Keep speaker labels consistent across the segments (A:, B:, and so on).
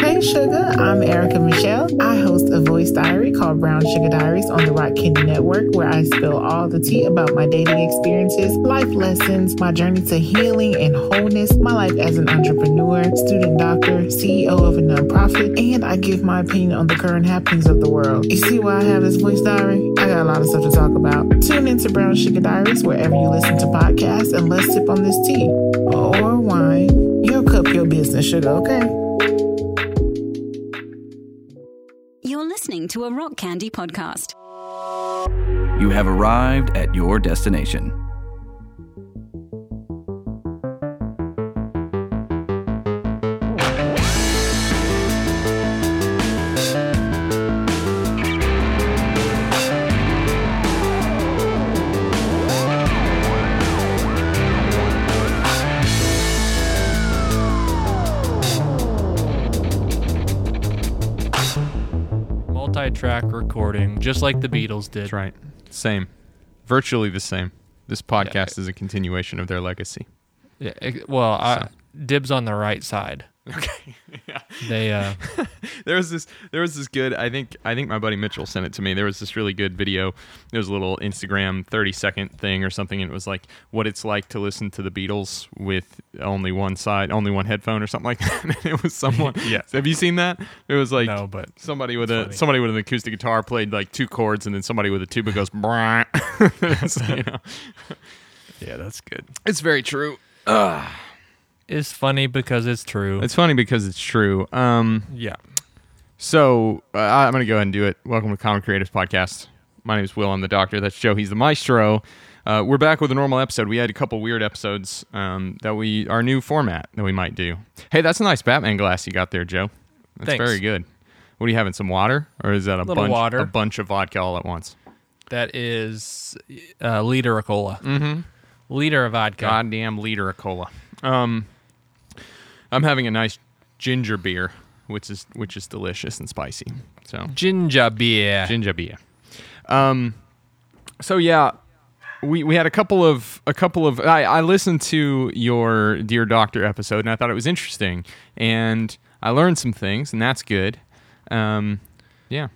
A: Hey Sugar, I'm Erica Michelle. I host a voice diary called Brown Sugar Diaries on the Rock Candy Network, where I spill all the tea about my dating experiences, life lessons, my journey to healing and wholeness, my life as an entrepreneur, student doctor, CEO of a nonprofit, and I give my opinion on the current happenings of the world. You see why I have this voice diary? I got a lot of stuff to talk about. Tune into Brown Sugar Diaries wherever you listen to podcasts, and let's sip on this tea or wine. Your cup, your business, sugar. Okay.
B: You're listening to a Rock Candy podcast.
C: You have arrived at your destination.
D: multi-track recording, just like the Beatles did.
E: That's right. Same. Virtually the same. This podcast is a continuation of their legacy.
D: Yeah, it- well, I, dibs on the right side.
E: Okay. yeah.
D: They uh,
E: There was this there was this good I think I think my buddy Mitchell sent it to me. There was this really good video. There was a little Instagram 30 second thing or something and it was like what it's like to listen to the Beatles with only one side, only one headphone or something like that. And it was someone
D: Yeah.
E: Have you seen that? It was like
D: No, but
E: somebody with a
D: funny.
E: somebody with an acoustic guitar played like two chords and then somebody with a tuba goes It's, you know.
D: yeah, that's good.
E: It's very true.
D: It's funny because it's true.
E: It's funny because it's true. Um,
D: yeah,
E: so uh, I'm going to go ahead and do it. Welcome to Common Creatives Podcast. My name is Will. I'm the doctor. That's Joe. He's the maestro. Uh, we're back with a normal episode. We had a couple weird episodes um, that we our new format that we might do. Hey, that's a nice Batman glass you got there, Joe. That's
D: Thanks.
E: very good. What are you having? Some water, or is that a
D: Little
E: bunch
D: water.
E: a bunch of vodka all at once?
D: that is uh, liter of cola, mm-hmm. liter of vodka.
E: Goddamn liter of cola. Um, I'm having a nice ginger beer, which is which is delicious and spicy. So
D: Ginger beer.
E: ginger beer. Um, so yeah, we, we had a couple of a couple of I, I listened to your dear doctor episode and I thought it was interesting and I learned some things and that's good. Um, yeah,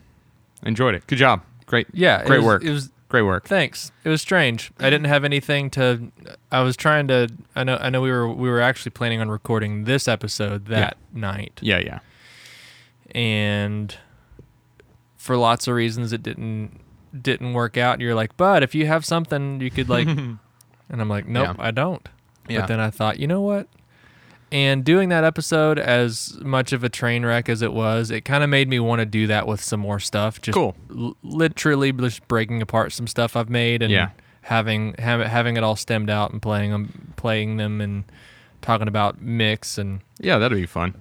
E: enjoyed it. Good job. Great.
D: Yeah, it
E: Great
D: was-
E: work.
D: it was-
E: great work.
D: Thanks. It was strange. I didn't have anything to. I was trying to. I know. I know we were. We were actually planning on recording this episode that night,
E: yeah, yeah.
D: and for lots of reasons it didn't didn't work out and you're like but if you have something you could like and i'm like nope
E: Yeah.
D: i don't
E: Yeah.
D: but then i thought you know what and doing that episode as much of a train wreck as it was it kind of made me want to do that with some more stuff just
E: Cool.
D: l- literally just breaking apart some stuff i've made and
E: Yeah.
D: having have, having it all stemmed out and playing them playing them and talking about mix and
E: Yeah, that'd be fun.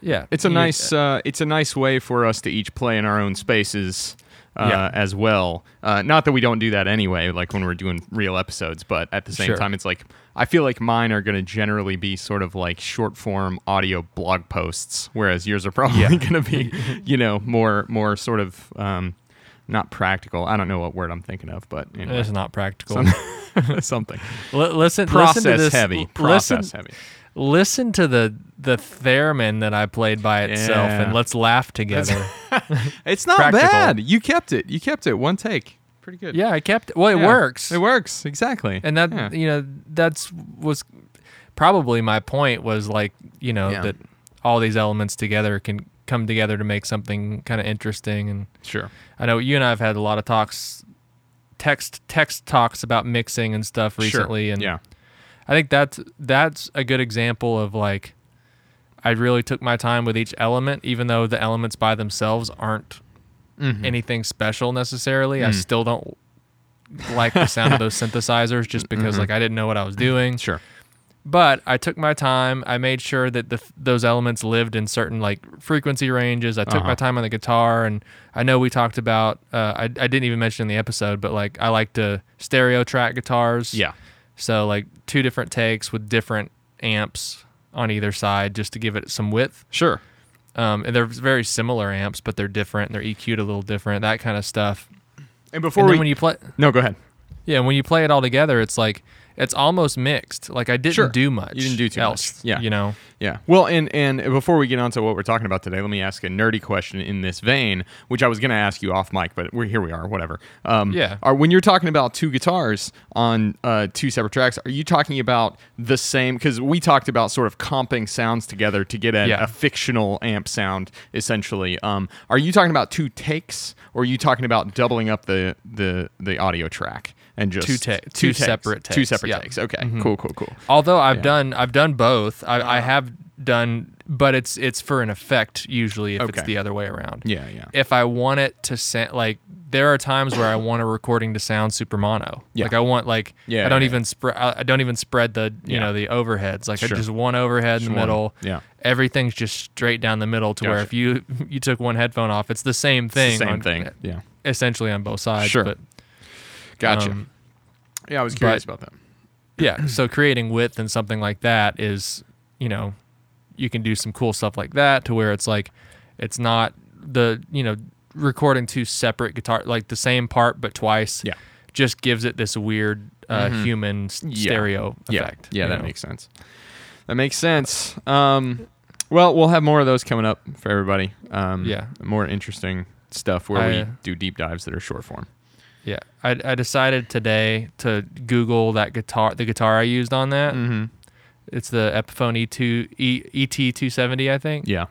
D: yeah
E: It's a
D: You-
E: nice uh, it's a nice way for us to each play in our own spaces. Uh,
D: Yeah.
E: as well. Uh, not that we don't do that anyway, like when we're doing real episodes, but at the same
D: Sure.
E: time, it's like I feel like mine are going to generally be sort of like short form audio blog posts, whereas yours are probably going to be, you know, more more sort of um, not practical. I don't know what word I'm thinking of, but anyway,
D: it's not practical
E: something
D: L- listen,
E: process
D: listen to this.
E: heavy,
D: l-
E: process
D: listen,
E: heavy.
D: Listen to the the theremin that I played by itself,
E: Yeah.
D: and let's laugh together.
E: It's not
D: practical.
E: bad. You kept it. You kept it. One take. Pretty good.
D: yeah, I kept. Well, it
E: Yeah.
D: works,
E: It works exactly.
D: and that
E: Yeah.
D: you know that's was probably my point was like you know
E: Yeah.
D: that all these elements together can come together to make something kind of interesting. And
E: sure.
D: I know you and I have had a lot of talks, text text talks about mixing and stuff recently,
E: sure.
D: and
E: yeah.
D: I think that's that's a good example of like I really took my time with each element, even though the elements by themselves aren't anything special necessarily. I still don't like the sound of those synthesizers just because like I didn't know what I was doing.
E: Sure.
D: But I took my time. I made sure that the those elements lived in certain like frequency ranges. I took
E: Uh-huh.
D: my time on the guitar, and I know we talked about. Uh, I I didn't even mention in the episode, but like I like to stereo track guitars.
E: Yeah.
D: So like two different takes with different amps on either side just to give it some width.
E: Sure.
D: Um, and they're very similar amps, but they're different. They're EQ'd a little different, that kind of stuff.
E: And
D: and
E: before
D: then
E: we,
D: when you play,
E: no, go ahead.
D: yeah, when you play it all together, it's like it's almost mixed. Like I didn't
E: Sure.
D: do much.
E: You didn't do too much.
D: else,
E: Yeah.
D: you know.
E: Yeah. Well, and and before we get on to what we're talking about today, let me ask a nerdy question in this vein, which I was going to ask you off mic, but we're here. We are. Whatever. Um,
D: Yeah.
E: Are when you're talking about two guitars on uh, two separate tracks, are you talking about the same? Because we talked about sort of comping sounds together to get a,
D: Yeah.
E: a fictional amp sound, essentially. Um, are you talking about two takes, or are you talking about doubling up the the the audio track and just
D: Two ta- two separate
E: two
D: takes,
E: separate
D: yeah. Mm-hmm.
E: takes? Okay. Cool. Cool. Cool.
D: Although I've done I've done both. I,
E: Uh-huh.
D: I have done, but it's it's for an effect usually if
E: Okay.
D: it's the other way around.
E: Yeah. Yeah.
D: If I want it to sound like there are times where I want a recording to sound super mono.
E: Yeah.
D: Like I want like
E: Yeah,
D: I don't
E: yeah,
D: even spread I I don't even spread the you
E: Yeah.
D: know the overheads. Like
E: Sure.
D: I just one overhead in the
E: one.
D: middle.
E: Yeah.
D: Everything's just straight down the middle to where
E: Gotcha.
D: if you you took one headphone off, it's the same thing.
E: It's the same
D: on- e-,
E: thing. Yeah.
D: Essentially on both sides.
E: Sure.
D: But
E: Gotcha.
D: Um,
E: yeah, I was curious
D: but-
E: about that.
D: yeah so creating width and something like that is you know you can do some cool stuff like that to where it's like it's not the you know recording two separate guitar like the same part but twice
E: Yeah. Mm-hmm.
D: just gives it this weird uh, human s-
E: Yeah.
D: stereo
E: Yeah,
D: effect
E: yeah,
D: you
E: that
D: know?
E: makes sense. That makes sense. Um, well, we'll have more of those coming up for everybody. Um,
D: Yeah.
E: more interesting stuff where
D: I-
E: we do deep dives that are short form.
D: yeah I, I decided today to google that guitar the guitar i used on that mm-hmm. it's the epiphone e2 e, et270 i think
E: Yeah,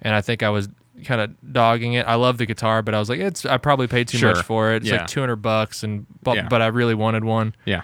D: and I think I was kind of dogging it. I love the guitar, but I was like, it's I probably paid too
E: Sure.
D: much for it. It's
E: Yeah.
D: like two hundred bucks, and but,
E: Yeah.
D: but I really wanted one.
E: yeah.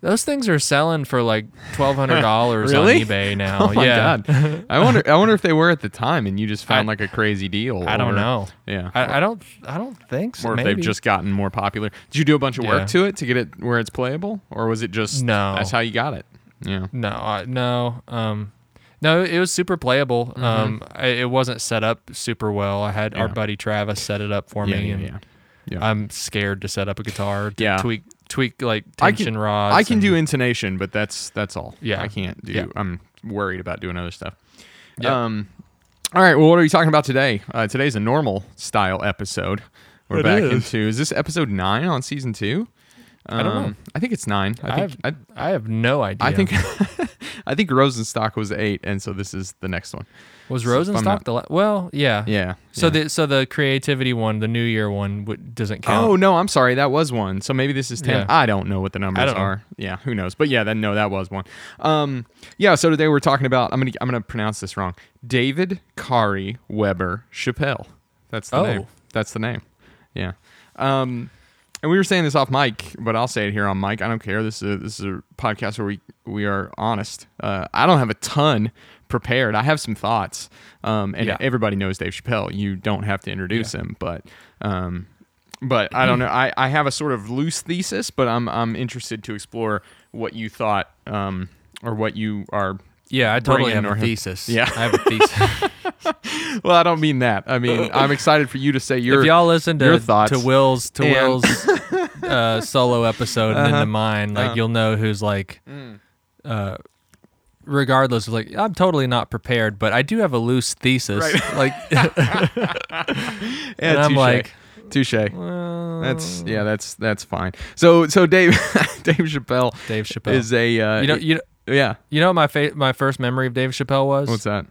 D: Those things are selling for like twelve hundred dollars
E: Really?
D: on eBay now.
E: Oh my
D: yeah,
E: god! I wonder. I wonder if they were at the time, and you just found
D: I-
E: like a crazy deal.
D: I
E: or-
D: don't know.
E: Yeah,
D: I, I don't. I don't think so.
E: or if
D: Maybe.
E: they've just gotten more popular. Did you do a bunch of work
D: Yeah.
E: to it to get it where it's playable, or was it just
D: No.
E: That's how you got it. Yeah.
D: no, I, no, um, no. It was super playable. Um, I, it wasn't set up super well. I had our
E: Mm-hmm. Yeah.
D: buddy Travis set it up for
E: Yeah,
D: me,
E: yeah,
D: and
E: yeah. Yeah.
D: I'm scared to set up a guitar. To
E: Yeah.
D: tweak tweak like
E: I
D: tension
E: can,
D: rods.
E: I can
D: and-
E: do intonation, but that's that's all.
D: Yeah.
E: I can't do.
D: Yeah.
E: I'm worried about doing other stuff.
D: Yeah.
E: Um, all right. Well, what are we talking about today? Uh, today's a normal style episode. We're
D: It
E: back
D: is.
E: into is this episode nine on season two? Um, I
D: don't know.
E: I think it's nine. I
D: I
E: think I,
D: have, I, have no idea.
E: I think I think Rosenstock was eight, and so this is the next one.
D: was
E: if I'm not-
D: Rosenstock the la- well, yeah,
E: Yeah.
D: So
E: yeah.
D: the so the creativity one, the New Year one, w- doesn't count.
E: Oh no, I'm sorry. That was one. So maybe this is ten.
D: Yeah.
E: I don't know what the numbers
D: don't know.
E: are. Yeah, who knows? But yeah, then no, that was one. Um, yeah. So today we're talking about. I'm gonna I'm gonna pronounce this wrong. David Kari Weber Chappelle. That's the
D: Oh.
E: name. That's the name. Yeah. Um, and we were saying this off mic, but I'll say it here on mic. I don't care. This is a, this is a podcast where we we are honest. Uh, I don't have a ton prepared. I have some thoughts. Um, and
D: Yeah.
E: everybody knows Dave Chappelle. You don't have to introduce him, but um, but I don't know. I, I have a sort of loose thesis, but I'm I'm interested to explore what you thought um, or what you are.
D: yeah, I totally
E: Bring in
D: have
E: or
D: a
E: him.
D: thesis.
E: Yeah.
D: I have a thesis.
E: Well, I don't mean that. I mean I'm excited for you to say your
D: if y'all listen
E: your
D: to
E: thoughts
D: to Will's to
E: and- Uh-huh.
D: Will's uh, solo episode and then to mine, like you'll know who's like.
E: Mm.
D: Uh, regardless, like I'm totally not prepared, but I do have a loose thesis. Like,
E: Yeah,
D: And I'm like,
E: touche. That's yeah, that's that's fine. So so Dave Dave Chappelle
D: Dave Chappelle.
E: is a uh,
D: you know, you know,
E: yeah.
D: you know, what my fa- my first memory of Dave Chappelle was
E: What's that?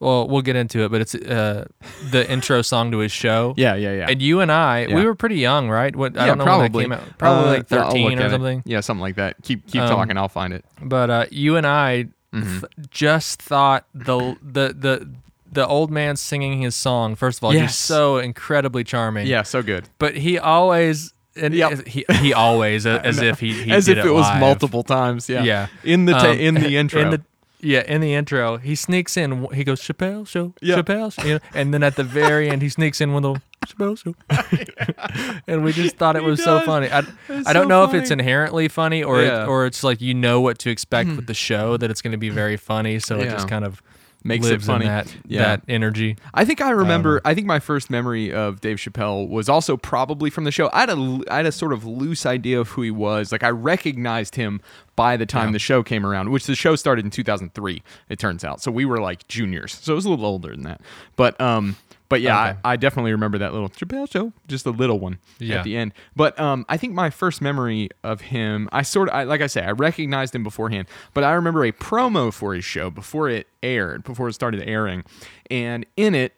D: Well, we'll get into it, but it's uh, the intro song to his show.
E: Yeah yeah yeah.
D: And you and I,
E: Yeah.
D: we were pretty young, right? What, I
E: yeah,
D: don't know
E: probably
D: when that came out. Probably
E: Uh,
D: like
E: yeah, I'll
D: 13
E: look
D: or
E: at it.
D: something.
E: Yeah, something like that. Keep keep
D: Um,
E: talking. I'll find it.
D: But uh, you and I
E: Mm-hmm.
D: th- just thought the the the the old man singing his song. First of all,
E: Yes.
D: he's so incredibly charming.
E: Yeah, so good.
D: But he always and
E: Yep.
D: he he always uh, as if he, he
E: As
D: did
E: if it, was
D: live.
E: multiple times. Yeah.
D: Yeah.
E: In the ta-
D: Um,
E: in the intro.
D: In the, yeah, in the intro, he sneaks in. He goes Chappelle Show,
E: Yeah.
D: Chappelle, show, you know, and then at the very end, he sneaks in with a Chappelle Show, and we just thought it
E: He
D: was so
E: does.
D: funny. I,
E: It's
D: I don't
E: so
D: know
E: funny.
D: if it's inherently funny or
E: Yeah. Hmm.
D: it, or it's like you know what to expect with the show that it's going to be very funny, so it
E: Yeah.
D: just kind of
E: Makes it
D: lives
E: funny.
D: in that
E: Yeah.
D: that energy.
E: I think I remember. I, think my first memory of Dave Chappelle was also probably from the show. I had a l- I had a sort of loose idea of who he was. Like I recognized him by the time the show came around, which the show started in 2003. It turns out, so we were like juniors, so it was a little older than that. But um, But yeah,
D: Okay.
E: I, I definitely remember that little Chappelle show, just a little one
D: Yeah.
E: at the end. But um, I think my first memory of him, I sort of, I, like I say, I recognized him beforehand, but I remember a promo for his show before it aired, before it started airing, and in it,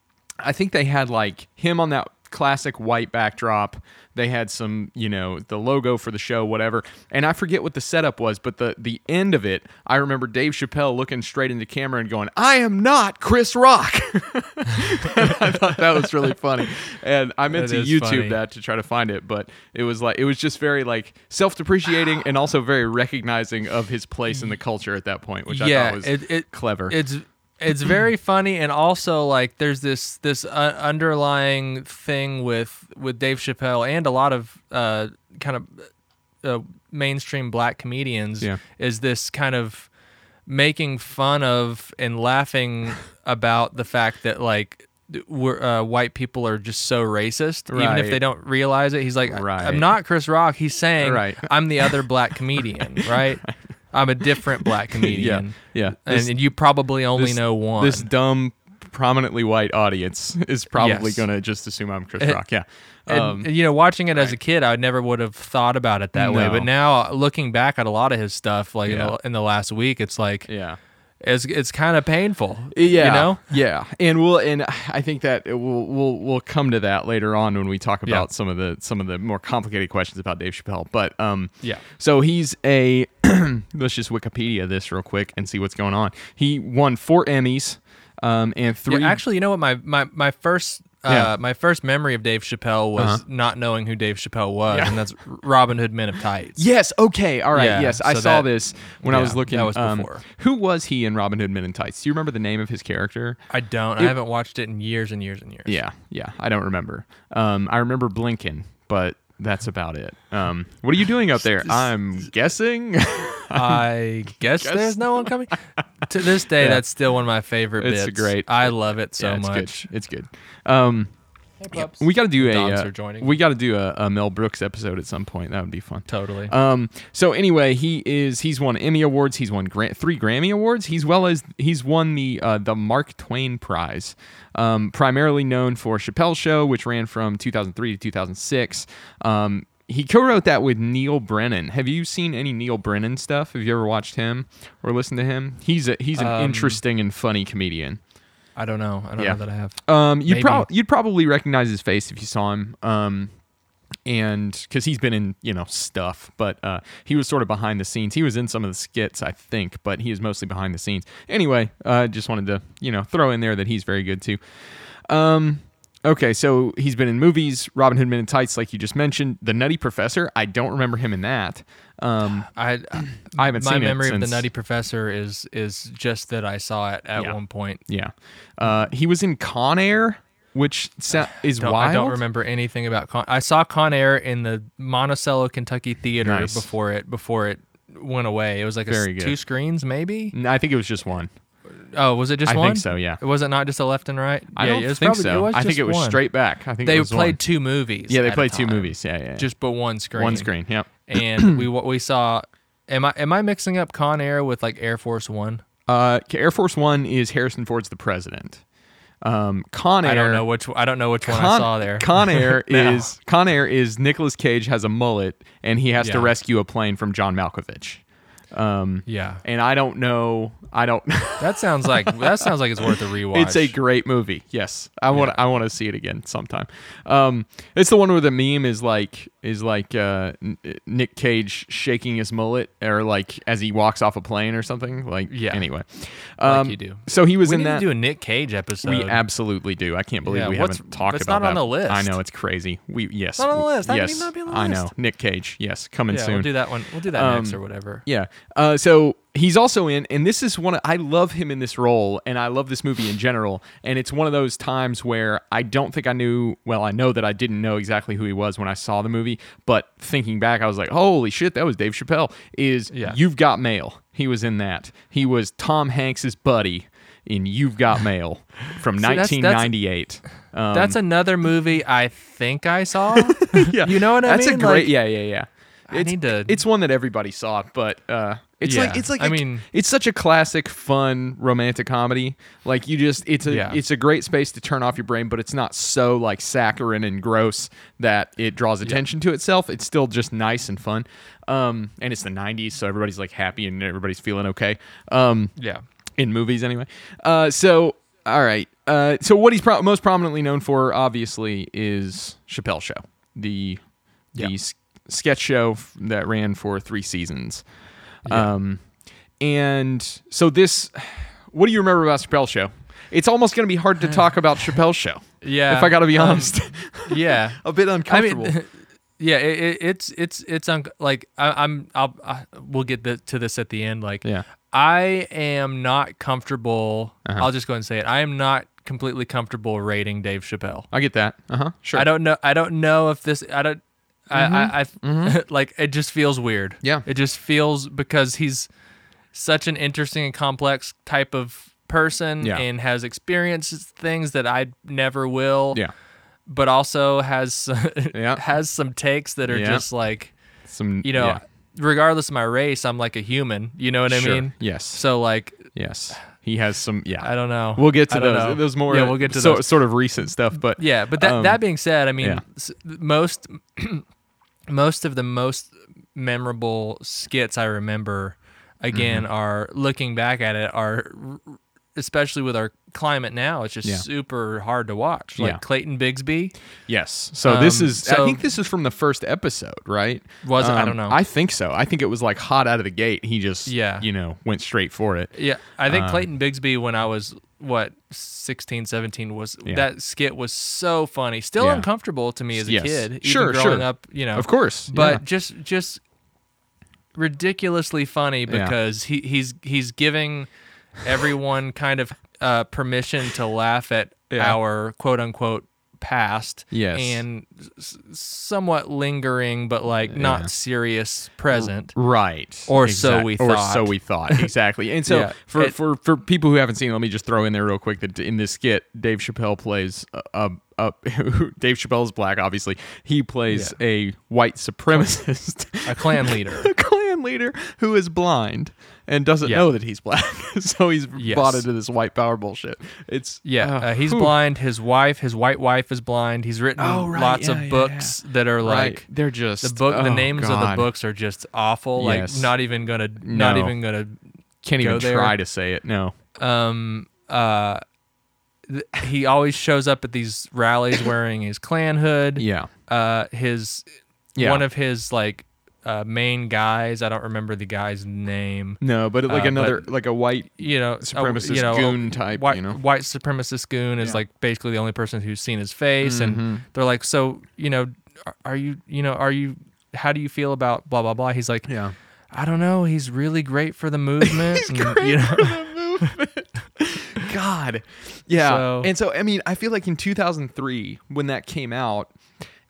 E: I think they had like him on that classic white backdrop. They had some, you know, the logo for the show, whatever. And I forget what the setup was, but the the end of it, I remember Dave Chappelle looking straight into camera and going, "I am not Chris Rock." I thought that was really funny, and I meant
D: That
E: to
D: is
E: YouTube
D: funny.
E: that uh, to try to find it, but it was like it was just very like self-depreciating and also very recognizing of his place in the culture at that point, which I thought was clever.
D: It's it's very funny, and also like there's this this uh, underlying thing with with Dave Chappelle and a lot of uh, kind of uh, mainstream black comedians
E: Yeah.
D: is this kind of making fun of and laughing about the fact that like th- we're, uh, white people are just so racist even if
E: Right.
D: they don't realize it he's like "I-
E: Right.
D: i'm not chris rock he's saying
E: Right.
D: i'm the other black comedian right i'm a different black comedian
E: yeah.
D: and,
E: This-
D: you probably only
E: this-
D: know one.
E: This dumb, prominently white audience is probably
D: Yes.
E: going to just assume I'm Chris
D: It-
E: Rock. Yeah.
D: and,
E: Um,
D: and, you know, watching it as a kid, I never would have thought about it that way.
E: No.
D: But now, uh, looking back at a lot of his stuff, like in,
E: Yeah.
D: the, in the last week, it's like
E: yeah.
D: it's it's kind of painful.
E: Yeah,
D: you know,
E: yeah, and we'll and I think that it- we'll we'll we'll come to that later on when we talk
D: Yeah.
E: about some of the some of the more complicated questions about Dave Chappelle. But um,
D: Yeah.
E: So he's a let's just Wikipedia this real quick and see what's going on. He won four Emmys, um, and
D: Yeah,
E: three.
D: actually, you know what? My my my first.
E: Yeah.
D: Uh, my first memory of Dave Chappelle was not knowing who Dave Chappelle was, and that's Robin Hood Men of Tights.
E: Yes. Okay. All right.
D: Yeah,
E: yes, I
D: so
E: saw
D: that-
E: this when I
D: yeah,
E: was looking.
D: that was
E: um,
D: before.
E: Who was he in Robin Hood Men in Tights? Do you remember the name of his character?
D: I don't. I haven't watched it in years and years and years.
E: Yeah. Yeah. I don't remember. Um, I remember Blinken, but that's about it. Um, what are you doing up there? I'm guessing.
D: I guess,
E: Guess.
D: there's no one coming. to this day,
E: Yeah.
D: that's still one of my favorite
E: It's a
D: bits.
E: great-
D: I love it so
E: Yeah, it's
D: much.
E: good. It's good. Um, we got to do a.
D: Dogs
E: uh,
D: are joining.
E: We got to do a, a Mel Brooks episode at some point. That would be fun.
D: Totally.
E: Um, so anyway, he is he's won Emmy awards. He's won gra- three Grammy awards. He's well as he's won the uh, the Mark Twain Prize, um, primarily known for Chappelle's Show, which ran from 2003 to 2006. Um, he co-wrote that with Neil Brennan. Have you seen any Neil Brennan stuff? Have you ever watched him or listened to him? He's a, he's an interesting and funny comedian.
D: I don't know. I don't
E: Yeah.
D: know that I have.
E: Um, you'd,
D: Maybe.
E: prob- you'd probably recognize his face if you saw him. Um, and because he's been in, you know, stuff, but uh, he was sort of behind the scenes. He was in some of the skits, I think, but he was mostly behind the scenes. Anyway, uh, just wanted to, you know, throw in there that he's very good too. Um, okay, so he's been in movies, Robin Hood Men in Tights, like you just mentioned, The Nutty Professor. I don't remember him in that. Um,
D: I,
E: I haven't
D: my
E: seen it
D: memory of the
E: since-
D: Nutty Professor is is just that I saw it at
E: Yeah.
D: one point.
E: yeah, uh, he was in Con Air, which sa- is
D: Don't,
E: wild.
D: I don't remember anything about Con. I saw Con Air in the Monticello, Kentucky theater
E: Nice.
D: before it before it went away. It was like a
E: Very
D: s-
E: good.
D: two screens maybe.
E: I think it was just one.
D: Oh, was it just
E: I think
D: one?
E: so, yeah.
D: Was it not just a left and right?
E: I
D: yeah,
E: don't
D: it was
E: think
D: probably,
E: so.
D: It was
E: I think
D: just
E: it was
D: one.
E: straight back. I think it
D: They
E: was
D: played
E: one.
D: two movies.
E: Yeah, they
D: at a
E: played two
D: time.
E: movies. Yeah, yeah, yeah.
D: Just but one screen.
E: one screen. Yep.
D: And we what we saw. Am I am I mixing up Con Air with like Air Force One?
E: Uh, Air Force One is Harrison Ford's the president. Um, Con Air.
D: I don't know which I don't know which one I
E: Con-
D: saw there.
E: Con Air is Con Air is Nicolas Cage has a mullet and he has to
D: Yeah.
E: rescue a plane from John Malkovich.
D: yeah.
E: And I don't know. I don't.
D: That sounds like that sounds like it's worth a rewatch.
E: It's a great movie. Yes, I want. I want to see it again sometime. Um, it's the one where the meme is like is like uh, N- Nick Cage shaking his mullet, or like as he walks off a plane or something. Like
D: Yeah.
E: Anyway,
D: Like
E: um,
D: you do.
E: So he was
D: we
E: in
D: need
E: that.
D: to do a Nick Cage episode.
E: we absolutely do. I can't believe
D: Yeah,
E: we
D: what's-
E: haven't talked
D: that's
E: about
D: not on
E: that.
D: the list.
E: I know it's crazy. We yes,
D: not on the
E: we-
D: list. That may
E: yes,
D: not be on the
E: I know
D: list.
E: Nick Cage. Yes, coming
D: yeah,
E: soon. Um,
D: we'll do that one. We'll do that next or whatever.
E: Yeah. Uh, so he's also in, and this is one. Of, I love him in this role, and I love this movie in general. And it's one of those times where I don't think I knew. Well, I know that I didn't know exactly who he was when I saw the movie, but thinking back, I was like, "Holy shit, that was Dave Chappelle." Is
D: Yeah.
E: you've got mail? He was in that. He was Tom Hanks's buddy in You've Got Mail from
D: that's- that's-
E: 1998. Um,
D: That's another movie I think I saw.
E: yeah.
D: You know what I
E: That's
D: mean?
E: a great.
D: Like-
E: yeah, yeah, yeah.
D: I
E: it's,
D: need to-
E: It's one that everybody saw, but uh, it's like
D: Yeah,
E: it's like
D: I
E: a-
D: mean-
E: it's such a classic, fun romantic comedy. Like you just, it's a
D: Yeah.
E: it's a great space to turn off your brain, but it's not so like saccharine and gross that it draws attention to itself. It's still just nice and fun. Um, and it's the '90s, so everybody's like happy and everybody's feeling okay. Um,
D: Yeah.
E: in movies anyway. Uh, so all right. Uh, so what he's pro- most prominently known for, obviously, is Chappelle Show, the the
D: Yeah.
E: s- sketch show f- that ran for three seasons. Um, and so this, what do you remember about Chappelle Show? It's almost going to be hard to talk about Chappelle Show.
D: Yeah.
E: if I got to be
D: Um,
E: honest,
D: Yeah.
E: a bit uncomfortable.
D: yeah, it, it, it's it's it's un- like I, I'm I'll I, we'll get the, to this at the end. Like,
E: Yeah. Uh-huh.
D: I am not comfortable. I'll just go ahead and say it. I am not completely comfortable rating Dave Chappelle.
E: I get that. Uh huh. Sure. Mm-hmm.
D: I don't know. I don't know if this. I don't. I, I, I like. It just feels weird.
E: Yeah.
D: It just feels because he's such an interesting and complex type of person
E: Yeah.
D: and has experienced things that I never will.
E: Yeah.
D: But also has
E: Yeah.
D: has some takes that are
E: Yeah.
D: just like
E: Some.
D: you know.
E: yeah.
D: Regardless of my race, I'm like a human. You know what I
E: Sure.
D: mean?
E: Yes.
D: So like,
E: Yes. He has some. Yeah.
D: I don't know.
E: We'll get
D: Oh,
E: to
D: I don't
E: those.
D: know.
E: Those more.
D: Yeah, we'll get to
E: so,
D: those.
E: sort of recent stuff, but
D: Yeah, but that
E: um,
D: that being said, I mean,
E: yeah.
D: s- most most of the most memorable skits I remember again
E: Mm-hmm.
D: are looking back at it are r- especially with our climate now it's just
E: Yeah.
D: super hard to watch like
E: Yeah.
D: clayton bigsby
E: yes. So this
D: Um,
E: is. I
D: so-
E: think this is from the first episode, right? Um,
D: Was it? I don't know.
E: I think so. I think it was like hot out of the gate. He just
D: Yeah.
E: you know went straight for it.
D: yeah i
E: Um,
D: think clayton bigsby when i was what 16 17 was
E: Yeah.
D: that skit was so funny still
E: Yeah.
D: uncomfortable to me as a
E: Yes.
D: kid even
E: Sure,
D: growing
E: sure.
D: up you know
E: Of course,
D: but
E: yeah.
D: just just ridiculously funny
E: Yeah.
D: because he, he's he's giving everyone kind of uh, permission to laugh at
E: Yeah.
D: our quote unquote past
E: Yes.
D: and s- somewhat lingering but like
E: Yeah.
D: not serious present
E: Right.
D: Or so we
E: Or
D: thought.
E: so we thought. Exactly. And so
D: Yeah.
E: for,
D: It-
E: for for people who haven't seen, it, let me just throw in there real quick that in this skit, Dave Chappelle plays a, a, a Dave Chappelle is black, obviously. He plays a white supremacist.
D: a clan leader
E: a clan leader who is blind and doesn't
D: Yeah.
E: know that he's black. so he's
D: Yes.
E: bought into this white power bullshit. It's
D: yeah
E: uh,
D: uh, he's
E: whew.
D: blind his wife his white wife is blind he's written
E: Oh, right.
D: lots
E: Yeah,
D: of
E: yeah,
D: books that are
E: Right.
D: like
E: they're just
D: the book the
E: oh,
D: names of
E: God.
D: the books are just awful
E: Yes.
D: like not even gonna not
E: No.
D: even gonna
E: Can't
D: go
E: even
D: there.
E: try to say it. No.
D: um uh th- he always shows up at these rallies wearing his clan hood
E: Yeah.
D: uh his
E: Yeah.
D: one of his like uh main guys i don't remember the guy's name
E: No, but like
D: Uh,
E: another
D: but-
E: like a white
D: you know a-
E: Supremacist
D: you know, a
E: goon type,
D: white,
E: you know?
D: white supremacist goon is
E: Yeah. Mm-hmm.
D: like basically the only person who's seen his face and they're like so you know are- are you you know are you how do you feel about blah blah blah he's like
E: Yeah.
D: i don't know he's really great for the movement he's great you know
E: God. Yeah.
D: So-
E: and so, I mean, I feel like in 2003, when that came out,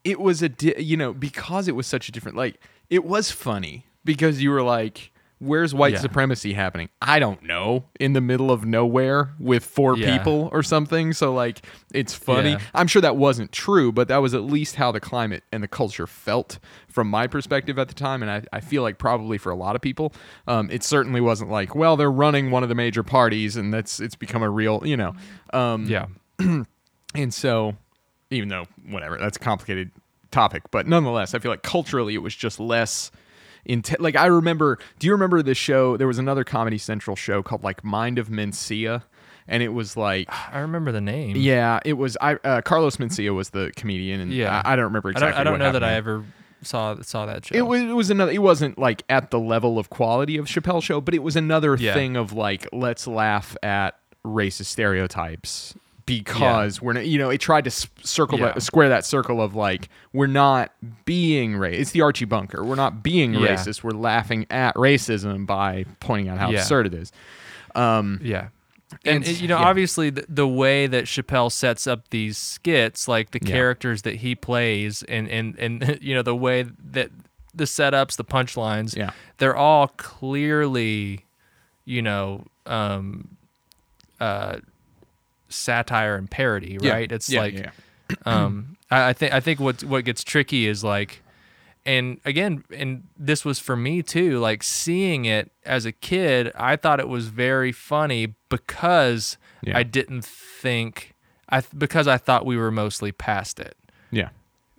E: it was a, di- you know, because it was such a different, like, it was funny because you were like, where's white
D: Yeah.
E: supremacy happening? I don't know. In the middle of nowhere with four
D: Yeah.
E: people or something. So, like, it's funny.
D: Yeah.
E: I'm sure that wasn't true, but that was at least how the climate and the culture felt from my perspective at the time. And I, I feel like probably for a lot of people, um, it certainly wasn't like, well, they're running one of the major parties and that's it's become a real, you know. Um,
D: yeah
E: and so, even though, whatever, that's a complicated topic, but nonetheless, I feel like culturally it was just less. Inten- like I remember, do you remember the show? There was another Comedy Central show called like Mind of Mencia, and it was like
D: i remember the name
E: yeah, it was. I uh, Carlos Mencia was the comedian, and
D: Yeah.
E: I, I don't remember exactly.
D: I don't, I don't
E: what
D: know that I
E: happened.
D: ever saw saw that show.
E: It was, it was another. It wasn't like at the level of quality of Chappelle Show, but it was another
D: Yeah.
E: thing of like let's laugh at racist stereotypes because we're not. You know, it tried to s- circle
D: Yeah.
E: that, square that circle of like we're not being racist. It's the Archie Bunker. We're not being
D: Yeah.
E: racist. We're laughing at racism by pointing out how
D: Yeah.
E: absurd it is.
D: yeah. And,
E: Mm-hmm. And-
D: you know,
E: yeah.
D: obviously, the, the way that Chappelle sets up these skits, like the
E: Yeah.
D: characters that he plays, and and and you know the way that the setups, the punchlines,
E: Yeah.
D: they're all clearly, you know, um, uh, satire and parody, right?
E: Yeah.
D: It's
E: Yeah,
D: like
E: yeah, yeah.
D: um, I, I think I think what what gets tricky is like and again and this was for me too like seeing it as a kid i thought it was very funny because
E: Yeah.
D: i didn't think i because i thought we were mostly past it
E: Yeah.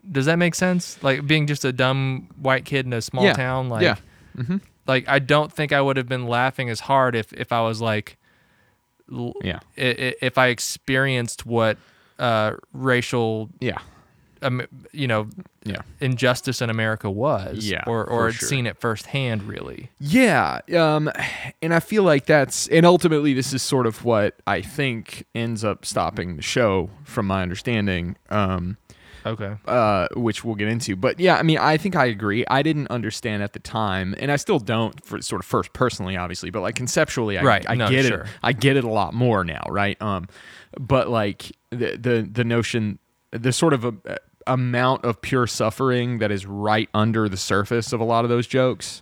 D: does that make sense like being just a dumb white kid in a small
E: Yeah.
D: town like
E: Yeah.
D: like i don't think i would have been laughing as hard if if i was like l-
E: Yeah.
D: i- i- if i experienced what uh racial
E: Yeah.
D: um, you know
E: Yeah.
D: injustice in America was,
E: Yeah,
D: or
E: for
D: or had
E: sure.
D: seen it firsthand, really.
E: Yeah, um, and I feel like that's and ultimately this is sort of what I think ends up stopping the show, from my understanding, um,
D: Okay,
E: uh, which we'll get into. But yeah, I mean, I think I agree. I didn't understand at the time, and I still don't for sort of first personally, obviously, but like conceptually, I,
D: Right,
E: I
D: no,
E: get
D: sure.
E: it. I get it a lot more now, right? Um, but like the the the notion, the sort of a, amount of pure suffering that is right under the surface of a lot of those jokes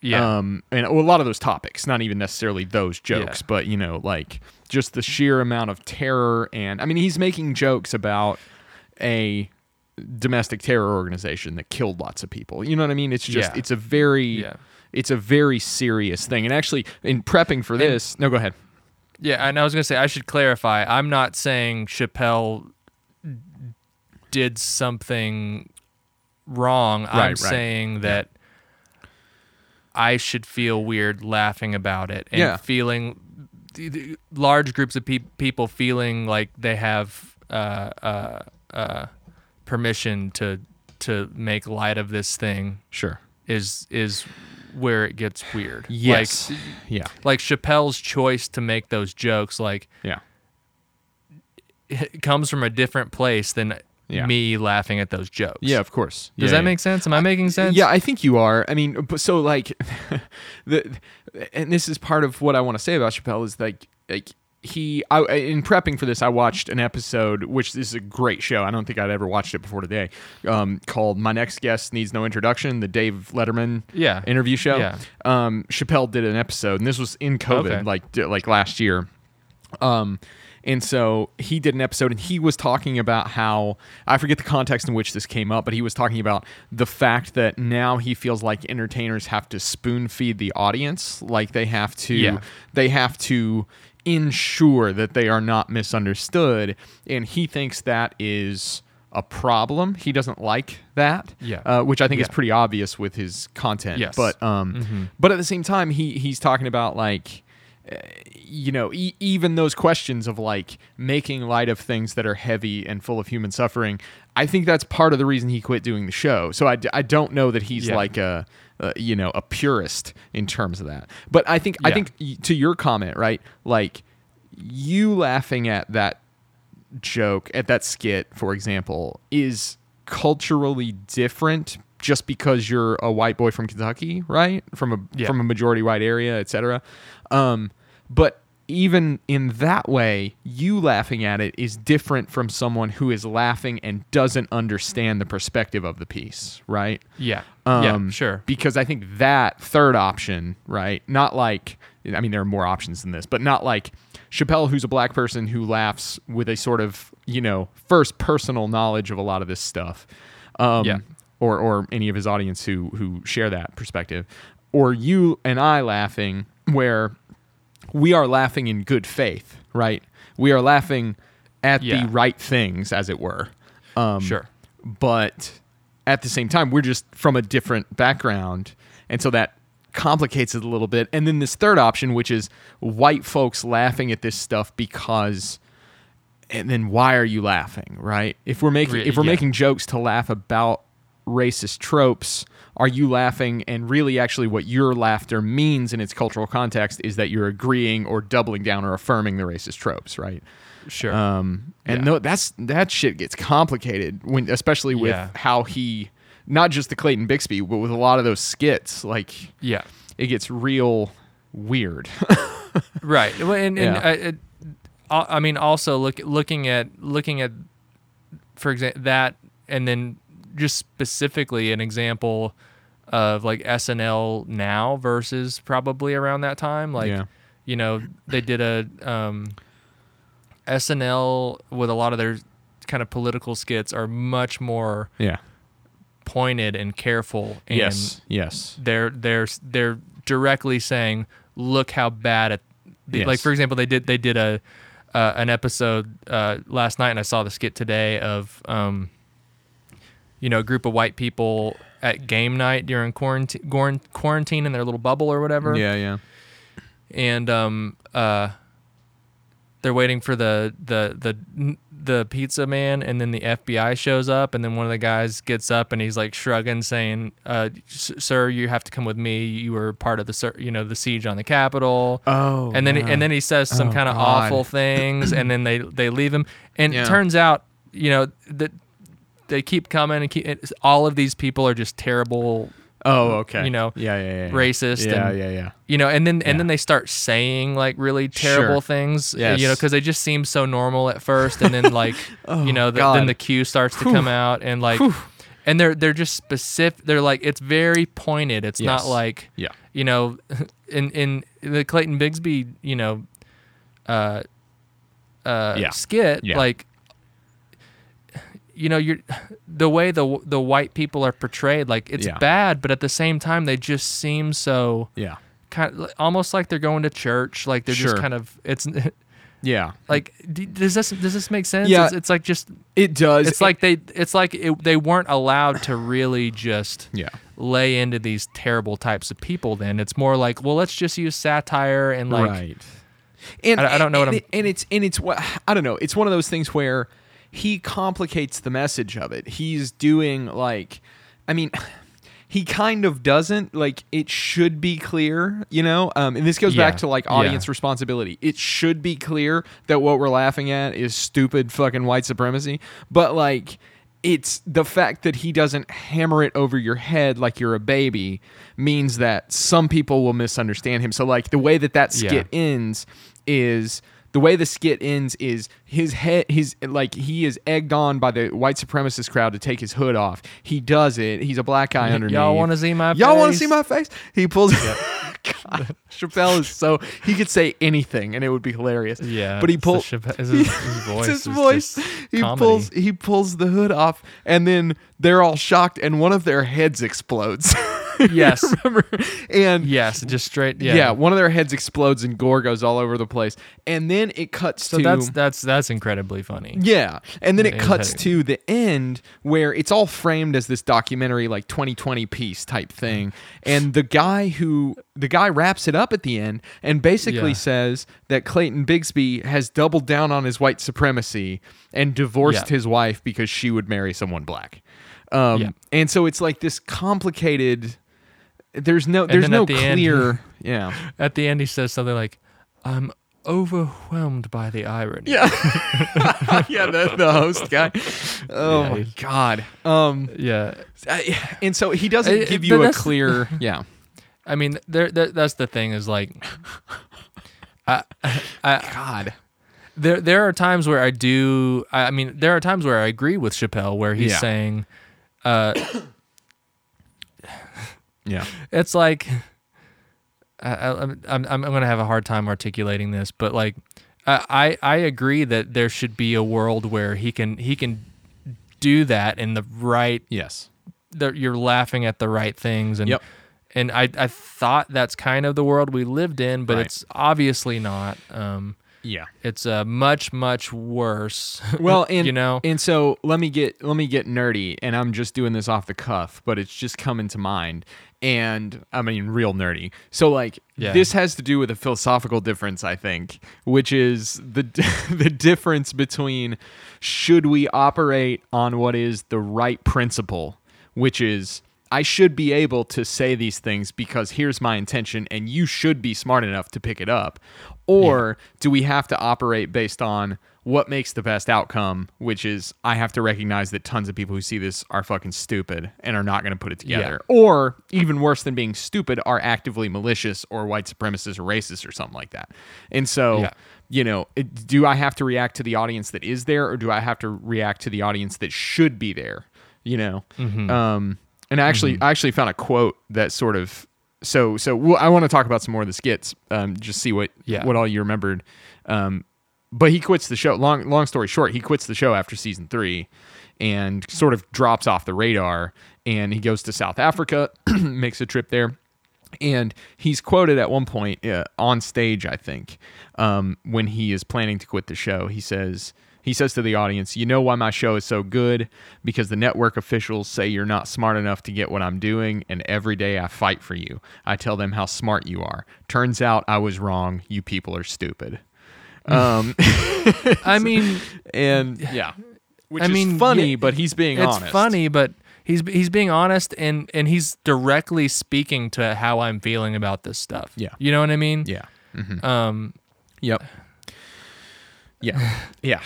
D: yeah,
E: um, and well, a lot of those topics, not even necessarily those jokes,
D: Yeah.
E: but you know, like just the sheer amount of terror. And I mean, he's making jokes about a domestic terror organization that killed lots of people. You know what I mean? It's just,
D: Yeah.
E: it's a very,
D: Yeah.
E: it's a very serious thing. And actually, in prepping for this, no, go ahead.
D: yeah. And I was gonna say I should clarify. I'm not saying Chappelle did something wrong. I'm
E: right.
D: saying that I should feel weird laughing about it and
E: Yeah.
D: feeling the- the large groups of peop people feeling like they have uh, uh, uh, permission to to make light of this thing
E: Sure.
D: is is where it gets weird.
E: Yes.
D: Like,
E: yeah.
D: like Chappelle's choice to make those jokes like
E: Yeah.
D: it comes from a different place than
E: Yeah.
D: me laughing at those jokes.
E: Yeah, of course.
D: Does that
E: Yeah, yeah.
D: make sense? Am I making sense?
E: Yeah, I think you are. I mean, but so like, the, and this is part of what I want to say about Chappelle is like, like he, I, in prepping for this, I watched an episode, which this is a great show. I don't think I'd ever watched it before today, um, called My Next Guest Needs No Introduction, the Dave Letterman
D: Yeah.
E: interview show.
D: Yeah.
E: Um, Chappelle did an episode, and this was in COVID,
D: Okay.
E: like, like last year. Um, and so he did an episode and he was talking about how I forget the context in which this came up, but he was talking about the fact that now he feels like entertainers have to spoon feed the audience. Like they have to,
D: Yeah.
E: they have to ensure that they are not misunderstood. And he thinks that is a problem. He doesn't like that.
D: Yeah.
E: Uh, which I think is
D: Yeah.
E: pretty obvious with his content.
D: Yes. Mm-hmm.
E: But, um, but at the same time, he, he's talking about like, you know, e- even those questions of like making light of things that are heavy and full of human suffering, I think that's part of the reason he quit doing the show. So I, d- I don't know that he's
D: Yeah.
E: like a, uh, you know, a purist in terms of that. But I think, I
D: Yeah.
E: think y- to your comment, right? Like you laughing at that joke, at that skit, for example, is culturally different just because you're a white boy from Kentucky, right? From a
D: Yeah.
E: from a majority white area, etc. Um, but even in that way, you laughing at it is different from someone who is laughing and doesn't understand the perspective of the piece, right?
D: Yeah.
E: Um,
D: yeah. Sure.
E: Because I think that third option, right? Not like, I mean, there are more options than this, but not like Chappelle, who's a black person who laughs with a sort of, you know, first personal knowledge of a lot of this stuff. Um,
D: Yeah.
E: Or, or any of his audience who, who share that perspective. Or you and I laughing, where we are laughing in good faith, right? We are laughing at
D: Yeah.
E: the right things, as it were. Um,
D: sure.
E: but at the same time we're just from a different background and so that complicates it a little bit and then this third option which is white folks laughing at this stuff because and then why are you laughing right if we're making
D: Re-
E: if we're
D: yeah.
E: making jokes to laugh about racist tropes are you laughing and really actually what your laughter means in its cultural context is that you're agreeing or doubling down or affirming the racist tropes right
D: Sure.
E: um, and
D: Yeah.
E: no, that's that shit gets complicated when, especially with
D: Yeah.
E: how he, not just the Clayton Bixby, but with a lot of those skits, like
D: yeah.
E: it gets real weird.
D: right Well, and, and
E: Yeah.
D: I, it, I I mean also look looking at looking at for example that and then just specifically an example of like SNL now versus probably around that time like
E: Yeah.
D: you know they did a um SNL with a lot of their kind of political skits are much more
E: yeah,
D: pointed and careful and
E: yes, yes,
D: they're they're they're directly saying, "Look how bad at." the-"
E: Yes.
D: Like for example, they did they did a uh, an episode uh, last night, and I saw the skit today of um, you know, a group of white people at game night during quarantine quarantine in their little bubble or whatever
E: yeah, yeah.
D: and um uh they're waiting for the the the the pizza man and then the FBI shows up and then one of the guys gets up and he's like shrugging saying uh s- sir you have to come with me you were part of the sir, you know the siege on the capitol
E: Oh,
D: and then and then he says some
E: Oh,
D: kind of
E: God.
D: awful things and then they they leave him and
E: Yeah.
D: it turns out you know that they keep coming and keep it's- all of these people are just terrible
E: oh, okay,
D: you know,
E: yeah, yeah, yeah, yeah.
D: racist
E: yeah,
D: and-
E: yeah, yeah.
D: you know and then
E: Yeah.
D: and then they start saying like really
E: Sure.
D: terrible things uh,
E: Yes. Oh,
D: you know because they just seem so normal at first and then like you know the, then
E: God.
D: the cue starts to come out and like and they're they're just specific they're like it's very pointed it's
E: Yes.
D: not like
E: Yeah.
D: you know in in the clayton bigsby you know uh uh
E: Yeah.
D: skit
E: Yeah.
D: like you know you're the way the the white people are portrayed like it's
E: Yeah.
D: bad but at the same time they just seem so
E: Yeah.
D: kind of, almost like they're going to church. Like they're
E: Sure.
D: just kind of it's
E: Yeah.
D: like d- does this does this make sense?
E: Yeah.
D: It's, it's like just
E: It does.
D: it's like they it's like it, they weren't allowed to really just
E: Yeah.
D: lay into these terrible types of people. Then it's more like well let's just use satire and like
E: right. And
D: I- I don't know what
E: and,
D: I'm-
E: it- and it's and it's what I don't know. It's one of those things where he complicates the message of it. He's doing like, I mean. He kind of doesn't like it should be clear, you know. Um, and this goes
D: Yeah.
E: back to like
D: Yeah.
E: audience responsibility. It should be clear that what we're laughing at is stupid fucking white supremacy, but like it's the fact that he doesn't hammer it over your head like you're a baby means that some people will misunderstand him. So like the way that that
D: Yeah.
E: skit ends is the way the skit ends is his head his like he is egged on by the white supremacist crowd to take his hood off. He does it. He's a black guy underneath.
D: wanna see my
E: Y'all wanna
D: face?
E: see my face? He pulls God, Chappelle is so he could say anything and it would be hilarious.
D: yeah.
E: But he
D: it's
E: pulls
D: the Chappe- his, his voice.
E: it's
D: is
E: his voice.
D: just
E: He
D: comedy.
E: pulls he pulls the hood off, and then they're all shocked, and one of their heads explodes.
D: Yes.
E: remember? And
D: Yes, just straight.
E: yeah.
D: Yeah.
E: one of their heads explodes, and gore goes all over the place, and then it cuts
D: so
E: to
D: that's that's that's incredibly funny.
E: yeah, and then it
D: Yeah,
E: cuts
D: exactly.
E: to the end where it's all framed as this documentary, like 2020 piece type thing, and the guy who the guy wraps it up at the end and basically
D: Yeah.
E: says that Clayton Bigsby has doubled down on his white supremacy and divorced
D: Yeah.
E: his wife because she would marry someone black, um,
D: Yeah.
E: and so it's like this complicated. There's no there's
D: then
E: no
D: at the end-
E: clear yeah
D: At the end, he says something like, "I'm overwhelmed by the irony."
E: yeah the, the host guy oh
D: Yeah,
E: my
D: he's-
E: god um
D: yeah.
E: I- and so he doesn't
D: Uh,
E: give
D: but
E: you a
D: that's-
E: clear yeah
D: I mean, there, there that's the thing is like, I, I,
E: god
D: there there are times where I do. I, I mean, there are times where I agree with Chappelle, where he's
E: Yeah.
D: saying
E: yeah
D: it's like, I, I, I'm I'm I'm gonna have a hard time articulating this, but like, I I I agree that there should be a world where he can he can do that in the right
E: yes
D: that you're laughing at the right things and
E: Yep.
D: and I, I thought that's kind of the world we lived in but
E: Right.
D: it's obviously not um
E: yeah
D: it's uh much much worse
E: well and
D: you know
E: and so let me get let me get nerdy and i'm just doing this off the cuff but it's just coming to mind and i mean real nerdy so like
D: Yeah.
E: this has to do with a philosophical difference i think which is the the difference between should we operate on what is the right principle which is I should be able to say these things because here's my intention, and you should be smart enough to pick it up. Or do we have to operate based on what makes the best outcome, which is I have to recognize that tons of people who see this are fucking stupid and are not going to put it together. Or even worse than being stupid, are actively malicious or white supremacist or racist or something like that. And so
D: Yeah.
E: you know, it, do I have to react to the audience that is there, or do I have to react to the audience that should be there? You know,
D: Mm-hmm.
E: um, and I actually, I actually found a quote that sort of. So, so well, I want to talk about some more of the skits. Um, just see what
D: Yeah.
E: what all you remembered. Um, but he quits the show. Long long story short, he quits the show after season three, and sort of drops off the radar. And he goes to South Africa, makes a trip there, and he's quoted at one point uh, on stage, I think, um, when he is planning to quit the show. He says. He says to the audience, You know why my show is so good? Because the network officials say you're not smart enough to get what I'm doing, and every day I fight for you. I tell them how smart you are. Turns out I was wrong. You people are stupid. Um,
D: I mean,
E: and yeah, which
D: I
E: is
D: mean,
E: funny,
D: yeah,
E: but he's being
D: it's
E: honest.
D: funny, but he's he's being honest and and he's directly speaking to how I'm feeling about this stuff.
E: Yeah.
D: you know what I mean.
E: Yeah. Mm-hmm.
D: Um,
E: Yep. Yeah. Yeah.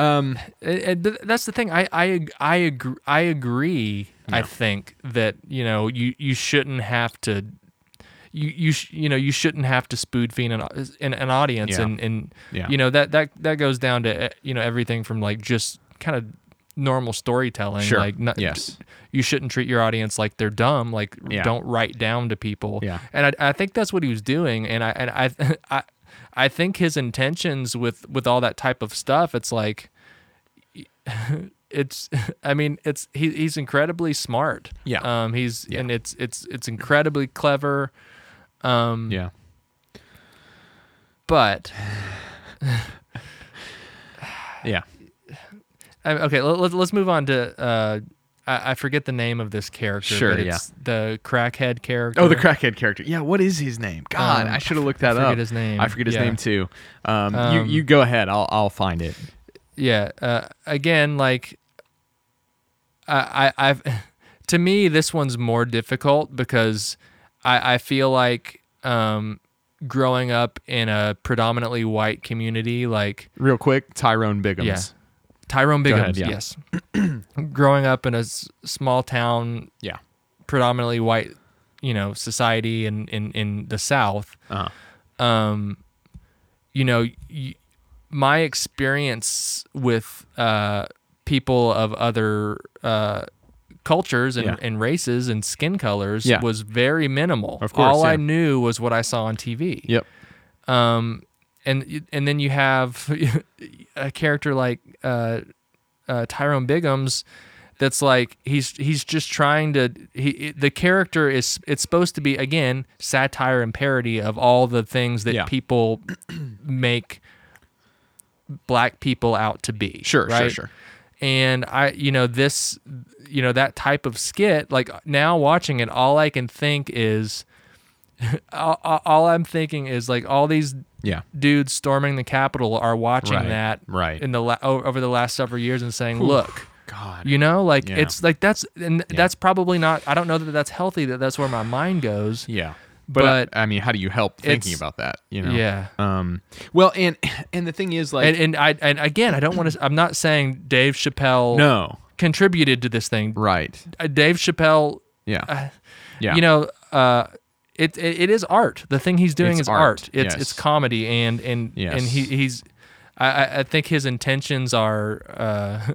E: Um,
D: it- it- th- that's the thing. I I I agree. I agree. I think that you know you you shouldn't have to. You you sh- you know you shouldn't have to spood feed an au- an, an audience
E: Yeah.
D: and and
E: Yeah.
D: you know that that that goes down to eh, you know everything from like just kind of normal storytelling
E: Sure.
D: like not,
E: Yes.
D: you shouldn't treat your audience like they're dumb like
E: Yeah.
D: don't write down to people
E: Yeah.
D: and I, I think that's what he was doing and I and I I I think his intentions with with all that type of stuff it's like it's I mean it's he, he's incredibly smart
E: Yeah.
D: um he's
E: Yeah.
D: and it's it's it's incredibly clever um
E: yeah.
D: but
E: Yeah.
D: I, okay let, let, let's move on to uh I, I forget the name of this character
E: Sure,
D: but it's the crackhead character
E: Oh, the crackhead character. Yeah. What is his name? God,
D: Um,
E: I should have looked that
D: I forget
E: up.
D: his name.
E: I forget his
D: Yeah.
E: name too. Um,
D: Um,
E: you you go ahead. I'll I'll find it.
D: yeah uh, again like I, I i've to me this one's more difficult because i i feel like um growing up in a predominantly white community like
E: Real quick. Tyrone Biggums.
D: Yeah. tyrone biggums
E: ahead, yeah.
D: yes growing up in a s- small town
E: Yeah.
D: predominantly white you know society in in in the south
E: Uh-huh.
D: um, you know, y- my experience with uh, people of other uh, cultures and,
E: Yeah.
D: and races and skin colors
E: Yeah.
D: was very minimal.
E: Of course,
D: all I
E: yeah.
D: knew was what I saw on TV.
E: Yep.
D: Um, and y- and then you have a character like uh, uh, Tyrone Biggums. That's like he's he's just trying to he the character is it's supposed to be again satire and parody of all the things that
E: Yeah.
D: people make black people out to be.
E: Sure. Sure.
D: right?
E: Sure.
D: and i you know this you know that type of skit like now watching it all i can think is all, all- all i'm thinking is like all these
E: Yeah.
D: dudes storming the capitol are watching
E: Right,
D: that
E: right.
D: in the la- o- over the last several years and saying look
E: God.
D: you know like
E: Yeah.
D: it's like that's and that's probably not i don't know that that's healthy that that's where my mind goes
E: yeah. But,
D: but
E: I, I mean, how do you help thinking
D: it's-
E: about that? You know.
D: yeah.
E: Um. Well, and and the thing is, like,
D: and and i and again i don't want to i'm not saying dave chappelle
E: no.
D: contributed to this thing
E: Right.
D: Uh, dave chappelle
E: Yeah. yeah.
D: Uh, you know, uh, it, it it is art. The thing he's doing
E: It's
D: is
E: art,
D: art. It's
E: yes.
D: it's comedy, and and
E: Yes.
D: and he he's, I- I I think his intentions are. Uh,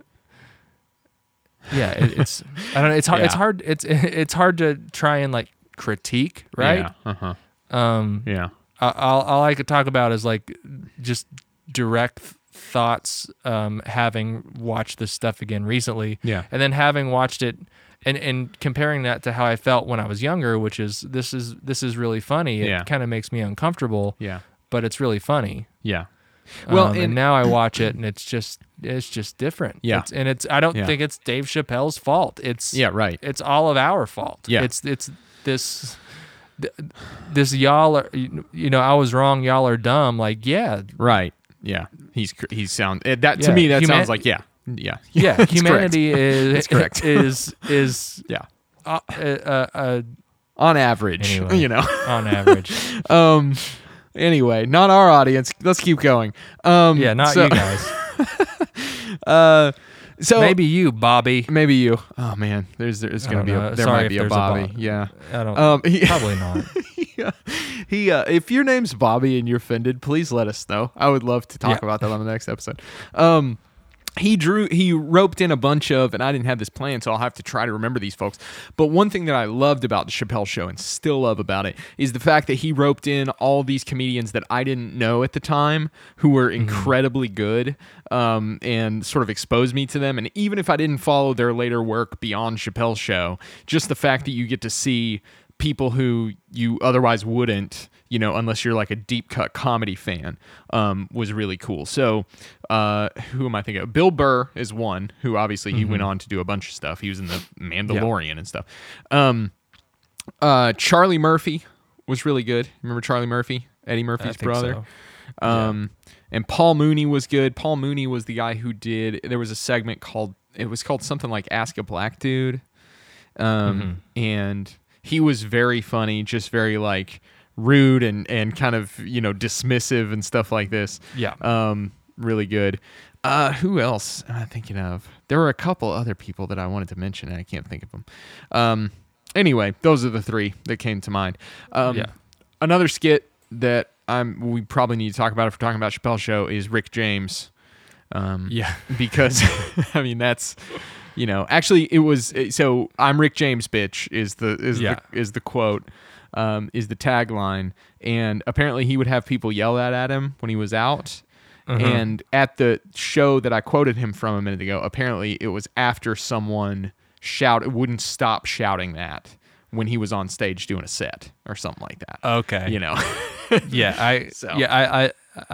D: yeah, it, it's I don't know. It's hard. It's
E: Yeah.
D: hard. It's it's hard to try and like critique, right?
E: Yeah. Uh-huh.
D: Um,
E: Yeah.
D: I- all all I could talk about is like just direct th- thoughts. Um, having watched this stuff again recently,
E: Yeah.
D: and then having watched it and and comparing that to how I felt when I was younger, which is this is this is really funny. It
E: Yeah.
D: kind of makes me uncomfortable,
E: Yeah.
D: but it's really funny.
E: Yeah. Well,
D: Um,
E: and,
D: and, now I watch it and it's just it's just different.
E: Yeah.
D: It's, and it's I don't
E: Yeah.
D: think it's Dave Chappelle's fault. It's
E: yeah, right.
D: it's all of our fault.
E: Yeah.
D: It's it's this th- this y'all are you know I was wrong. Y'all are dumb. Like yeah,
E: Right. Yeah. He's cr- he's sound eh, that to
D: Yeah.
E: me that
D: Human-
E: sounds like yeah. Yeah.
D: yeah.
E: That's correct.
D: humanity is
E: correct.
D: is is
E: Yeah.
D: uh, uh, uh,
E: On average,
D: Anyway.
E: you know.
D: uh, on average.
E: um anyway, not our audience. Let's keep going. Um
D: Yeah, not
E: so,
D: you guys.
E: Uh so
D: Maybe you, Bobby.
E: maybe you. Oh man, there's there's going to
D: don't
E: be
D: know.
E: a, there
D: Sorry
E: might
D: if
E: be a
D: there's a
E: Bobby.
D: Bob.
E: yeah.
D: I don't.
E: Um he,
D: probably not.
E: he uh, if your name's Bobby and you're offended, please let us know. I would love to talk
D: Yeah.
E: about that on the next episode. Um he drew he roped in a bunch of and i didn't have this plan so i'll have to try to remember these folks but one thing that i loved about the chappelle show and still love about it is the fact that he roped in all these comedians that i didn't know at the time who were incredibly good um, and sort of exposed me to them and even if i didn't follow their later work beyond chappelle's show just the fact that you get to see people who you otherwise wouldn't, you know, unless you're like a deep cut comedy fan, um, was really cool. So, uh, who am I thinking of? Bill Burr is one who obviously he
D: Mm-hmm.
E: went on to do a bunch of stuff. He was in the Mandalorian and stuff. Um, uh, Charlie Murphy was really good. Remember Charlie Murphy, Eddie Murphy's
D: think
E: brother?
D: so.
E: Um, and Paul Mooney was good. Paul Mooney was the guy who did. There was a segment called it was called something like Ask a Black Dude, um,
D: Mm-hmm.
E: and he was very funny, just very like rude and and kind of you know dismissive and stuff like this.
D: Yeah.
E: um, really good. Uh, who else am I thinking of? There were a couple other people that I wanted to mention, and I can't think of them. Um, anyway, those are the three that came to mind. Um,
D: Yeah.
E: Another skit that I'm we probably need to talk about if we're talking about Chappelle Show is Rick James. Um,
D: Yeah.
E: because I mean that's you know actually it was uh, so I'm Rick James bitch is the is
D: Yeah.
E: the is the quote um, is the tagline and apparently he would have people yell that at him when he was out
D: Mm-hmm.
E: and at the show that I quoted him from a minute ago apparently it was after someone shout wouldn't stop shouting that when he was on stage doing a set or something like that
D: Okay.
E: um, you know
D: Yeah, I
E: So-
D: yeah, I, I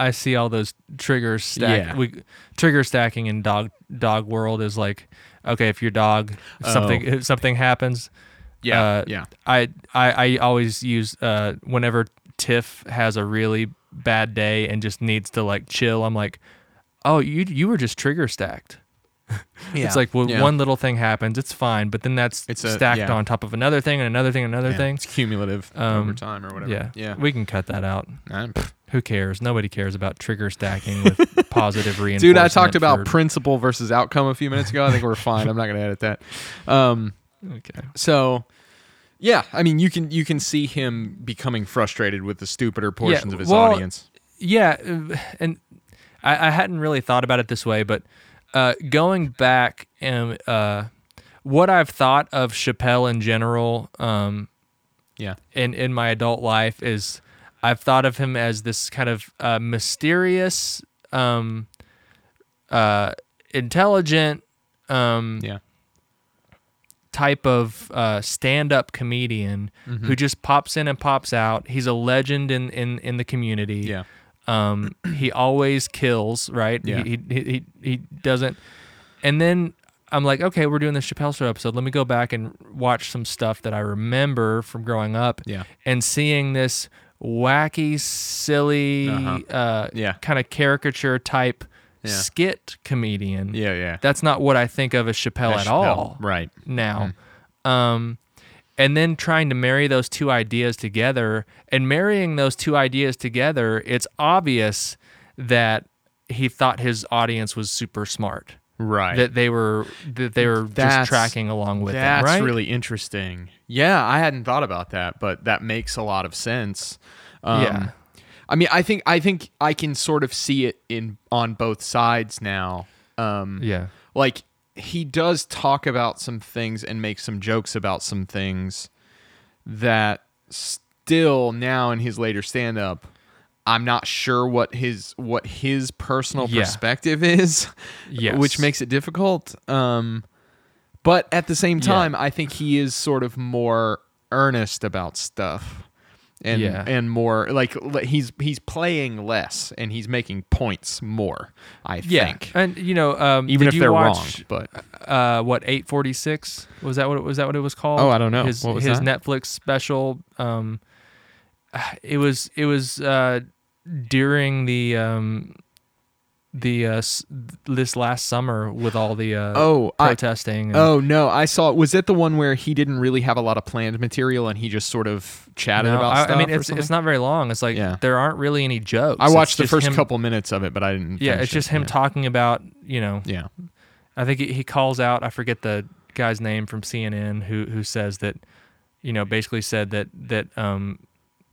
D: I see all those triggers stack.
E: Yeah.
D: We trigger stacking in dog dog world is like okay, if your dog if something if something happens.
E: Oh. Yeah,
D: uh,
E: yeah.
D: I, I I always use uh whenever Tiff has a really bad day and just needs to like chill. I'm like, oh, you you were just trigger stacked. It's like well,
E: Yeah.
D: one little thing happens, it's fine, but then that's
E: It's a-
D: stacked
E: yeah.
D: on top of another thing and another thing and another
E: Yeah,
D: thing.
E: it's cumulative
D: Um,
E: over time or whatever
D: Yeah,
E: yeah
D: We can cut that out.
E: I'm-
D: Who cares? Nobody cares about trigger stacking with positive reinforcement.
E: Dude, I talked about
D: for-
E: principle versus outcome a few minutes ago. I think we're fine. I'm not going to edit that. Um,
D: okay.
E: so, yeah, I mean, you can you can see him becoming frustrated with the stupider portions of his
D: well,
E: audience.
D: Yeah, uh, and I, I hadn't really thought about it this way, but uh, going back and uh, what I've thought of Chappelle in general, um,
E: Yeah,
D: in in my adult life is I've thought of him as this kind of uh, mysterious, um, uh, intelligent, um,
E: yeah,
D: type of uh, stand-up comedian
E: Mm-hmm.
D: who just pops in and pops out. He's a legend in in, in the community.
E: yeah,
D: Um, he always kills, right?
E: Yeah.
D: He, he he he doesn't. And then I'm like, okay, we're doing the Chappelle Show episode. Let me go back and watch some stuff that I remember from growing up.
E: Yeah.
D: And seeing this wacky, silly, uh
E: Uh-huh. Yeah.
D: kind of caricature type
E: Yeah.
D: skit comedian.
E: yeah, yeah.
D: That's not what I think of as Chappelle
E: That's
D: at
E: Chappelle.
D: all
E: right?
D: now.
E: Hmm.
D: Um, and then trying to marry those two ideas together and marrying those two ideas together, it's obvious that he thought his audience was super smart.
E: Right.
D: That they were that they were
E: That's-
D: just tracking along with
E: That's
D: him, right?
E: really interesting. Yeah, I hadn't thought about that, but that makes a lot of sense. Um,
D: Yeah.
E: I mean, I think I think I can sort of see it in on both sides now. Um,
D: yeah.
E: like he does talk about some things and make some jokes about some things that still now in his later stand up I'm not sure what his what his personal
D: Yeah.
E: perspective is
D: Yes.
E: which makes it difficult um but at the same time I think he is sort of more earnest about stuff and
D: Yeah.
E: and more like le- he's he's playing less and he's making points more I
D: Yeah,
E: think
D: and you know, um,
E: even
D: did
E: if
D: you
E: they're
D: watch,
E: wrong but
D: uh, what eight forty six was that? What it- was that? What it was called?
E: Oh, I don't know.
D: His,
E: What was
D: his
E: that?
D: Netflix special. Um, it was it was uh, during the um, the uh, s- this last summer with all the uh,
E: Oh, I-
D: protesting. and-
E: Oh no, I saw. Was it the one where he didn't really have a lot of planned material and he just sort of chatted
D: No,
E: about
D: I,
E: stuff?
D: I mean,
E: or
D: it's it's
E: something?
D: not very long. It's like
E: Yeah.
D: there aren't really any jokes.
E: I
D: It's
E: watched the
D: just
E: first
D: him-
E: couple minutes of it, but I didn't.
D: Yeah,
E: finish
D: it's just
E: it.
D: him
E: yeah.
D: talking about you know
E: Yeah,
D: I think he, he calls out. I forget the guy's name from CNN who who says that, you know, basically said that that um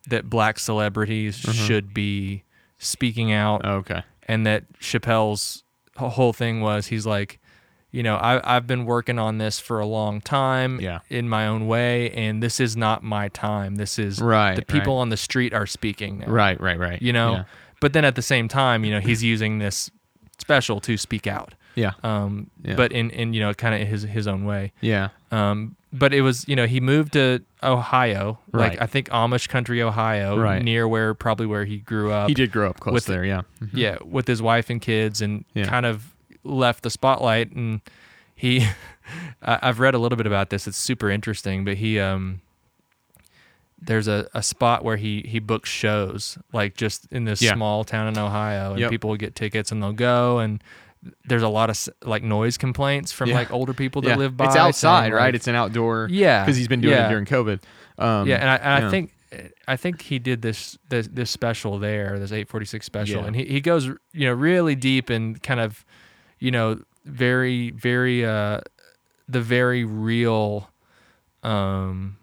D: that black
E: Mm-hmm.
D: celebrities should be speaking out,
E: okay.
D: and that Chappelle's wh- whole thing was he's like, you know, I, I've been working on this for a long time
E: Yeah.
D: in my own way, and this is not my time. This is
E: Right,
D: the people
E: right.
D: on the street are speaking now.
E: Right, right, right.
D: You know,
E: Yeah.
D: but then at the same time, you know, he's using this special to speak out.
E: Yeah.
D: Um,
E: Yeah.
D: but in, in you know, kind of his his own way.
E: yeah.
D: Um, but it was, you know, he moved to Ohio,
E: Right.
D: like I think Amish country, Ohio,
E: Right.
D: near where probably where he grew up.
E: He did grow up close
D: with-
E: there, yeah. Mhm.
D: yeah, with his wife and kids, and
E: Yeah.
D: kind of left the spotlight. And he, I- I've read a little bit about this. It's super interesting, but he, um, there's a, a spot where he he books shows like just in this
E: Yeah.
D: small town in Ohio, and
E: Yep.
D: people would get tickets and they'll go and. There's a lot of s- like noise complaints from
E: Yeah.
D: like older people that
E: Yeah.
D: live by.
E: It's
D: saying,
E: outside, right?
D: like,
E: It's an outdoor.
D: Yeah,
E: Because he's been doing it
D: yeah.
E: during COVID. Um,
D: yeah, and I, and
E: yeah.
D: I think I think he did this this, this special there, this 846 special,
E: Yeah.
D: and he, he goes you know really deep and kind of you know very very uh the very real um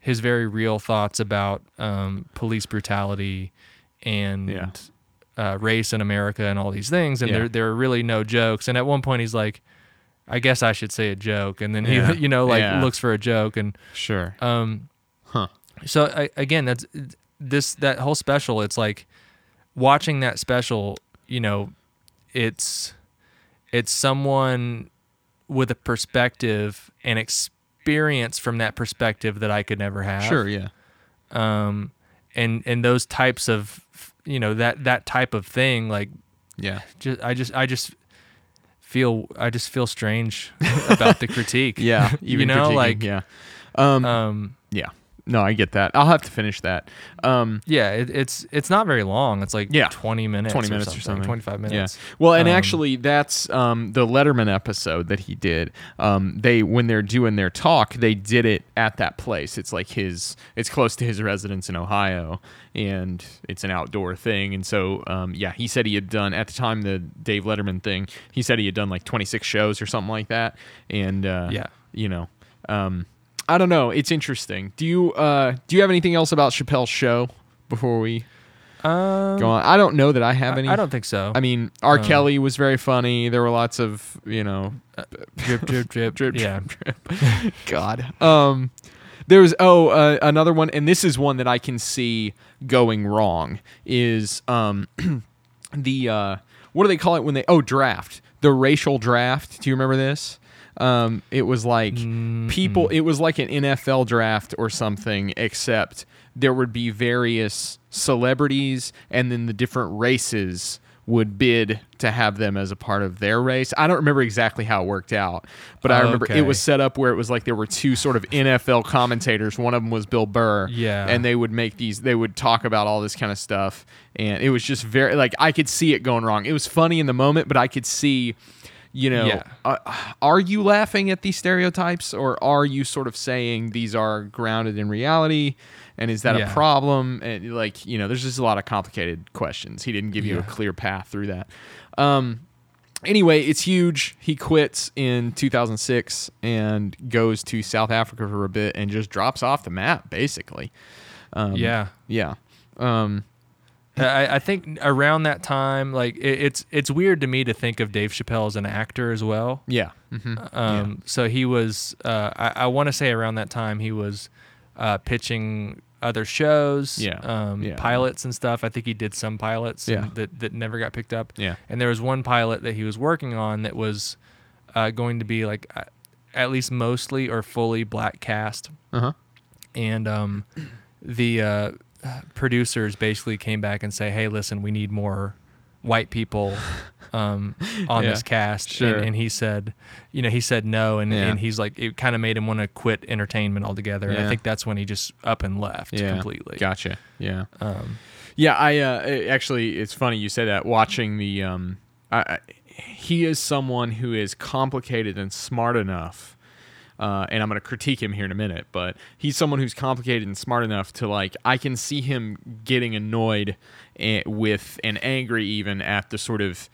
D: his very real thoughts about um police brutality and
E: Yeah.
D: uh, race in America and all these things, and
E: Yeah.
D: there there are really no jokes. And at one point he's like. I guess I should say a joke, and then he,
E: Yeah.
D: you know, like
E: Yeah.
D: looks for a joke, and
E: Sure.
D: um,
E: Huh.
D: So I, again, that's this that whole special. It's like watching that special. You know, it's it's someone with a perspective and experience from that perspective that I could never have.
E: sure, yeah.
D: Um, and and those types of you know that that type of thing like
E: Yeah.
D: just I just I just feel I just feel strange about the critique.
E: Yeah.
D: you know,
E: critiquing,
D: like
E: yeah.
D: um.
E: Yeah. No, I get that. I'll have to finish that. Um,
D: Yeah, it, it's it's not very long. It's like
E: Yeah.
D: twenty minutes,
E: 20 minutes or something.
D: twenty five minutes.
E: Yeah. Well, and
D: Um,
E: actually, that's um, the Letterman episode that he did. Um, they when they're doing their talk, they did it at that place. It's like his. It's close to his residence in Ohio, and it's an outdoor thing. And so, um, yeah, he said he had done at the time the Dave Letterman thing. He said he had done like 26 shows or something like that. And uh,
D: Yeah.
E: you know. Um, I don't know. It's interesting. Do you uh, do you have anything else about Chappelle's show before we
D: Um,
E: go on? I don't know that I have any.
D: I, I don't think so.
E: I mean, R. Kelly was very funny. There were lots of, you know,
D: drip, drip, drip,
E: Drip, drip,
D: Yeah,
E: God. Um, there was oh uh, another one, and this is one that I can see going wrong is um, the uh, what do they call it when they oh draft the racial draft? Do you remember this? Um, it was like people. It was like an NFL draft or something, except there would be various celebrities, and then the different races would bid to have them as a part of their race. I don't remember exactly how it worked out, but I remember it
D: Okay.
E: was set up where it was like there were two sort of NFL commentators. One of them was Bill Burr.
D: Yeah.
E: And they would make these, they would talk about all this kind of stuff. And it was just very, like, I could see it going wrong. It was funny in the moment, but I could see, you know,
D: Yeah.
E: uh, are you laughing at these stereotypes or are you sort of saying these are grounded in reality? And is that a
D: Yeah.
E: problem? And, like, you know, there's just a lot of complicated questions. He didn't give you a
D: Yeah.
E: clear path through that. Um, anyway, it's huge. He quits in 2006 and goes to South Africa for a bit and just drops off the map, basically.
D: yeah.
E: Yeah. Um,
D: I, I think around that time, like it, it's it's weird to me to think of Dave Chappelle as an actor as well.
E: yeah. hmm
D: Um, So he was, uh, I, I want to say around that time, he was uh, pitching other shows,
E: Yeah,
D: Um,
E: yeah.
D: pilots and stuff. I think he did some pilots and
E: Yeah.
D: that, that never got picked up.
E: Yeah.
D: And there was one pilot that he was working on that was uh, going to be like uh, at least mostly or fully black cast.
E: Uh-huh.
D: And um, the uh, producers basically came back and say, hey, listen, we need more white people um, on
E: Yeah.
D: this cast. And-
E: Sure.
D: and he said, you know, he said no, and,
E: Yeah.
D: and he's like, it kind of made him want to quit entertainment altogether. And
E: Yeah.
D: I think that's when he just up and left
E: Yeah.
D: completely.
E: Gotcha. Yeah.
D: Um,
E: Yeah, I uh, a- actually, it's funny you say that. Watching the, um, I, I, he is someone who is complicated and smart enough. Uh, and I'm going to critique him here in a minute, but he's someone who's complicated and smart enough to like. I can see him getting annoyed eh, with and angry even at the sort of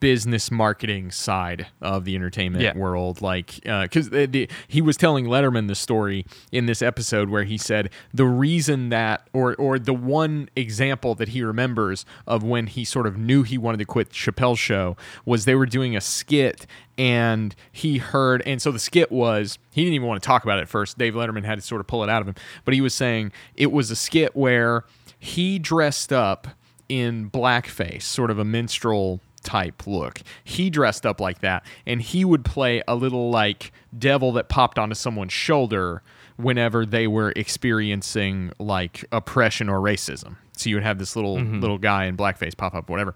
E: business marketing side of the entertainment
D: Yeah.
E: world like because the he was telling letterman the story in this episode where he said the reason that or or the one example that he remembers of when he sort of knew he wanted to quit chappelle's show was they were doing a skit and he heard and so the skit was he didn't even want to talk about it at first dave letterman had to sort of pull it out of him but he was saying it was a skit where he dressed up in blackface, sort of a minstrel type look. He dressed up like that, and he would play a little like devil that popped onto someone's shoulder whenever they were experiencing like oppression or racism. So you would have this little little guy in blackface pop up, whatever.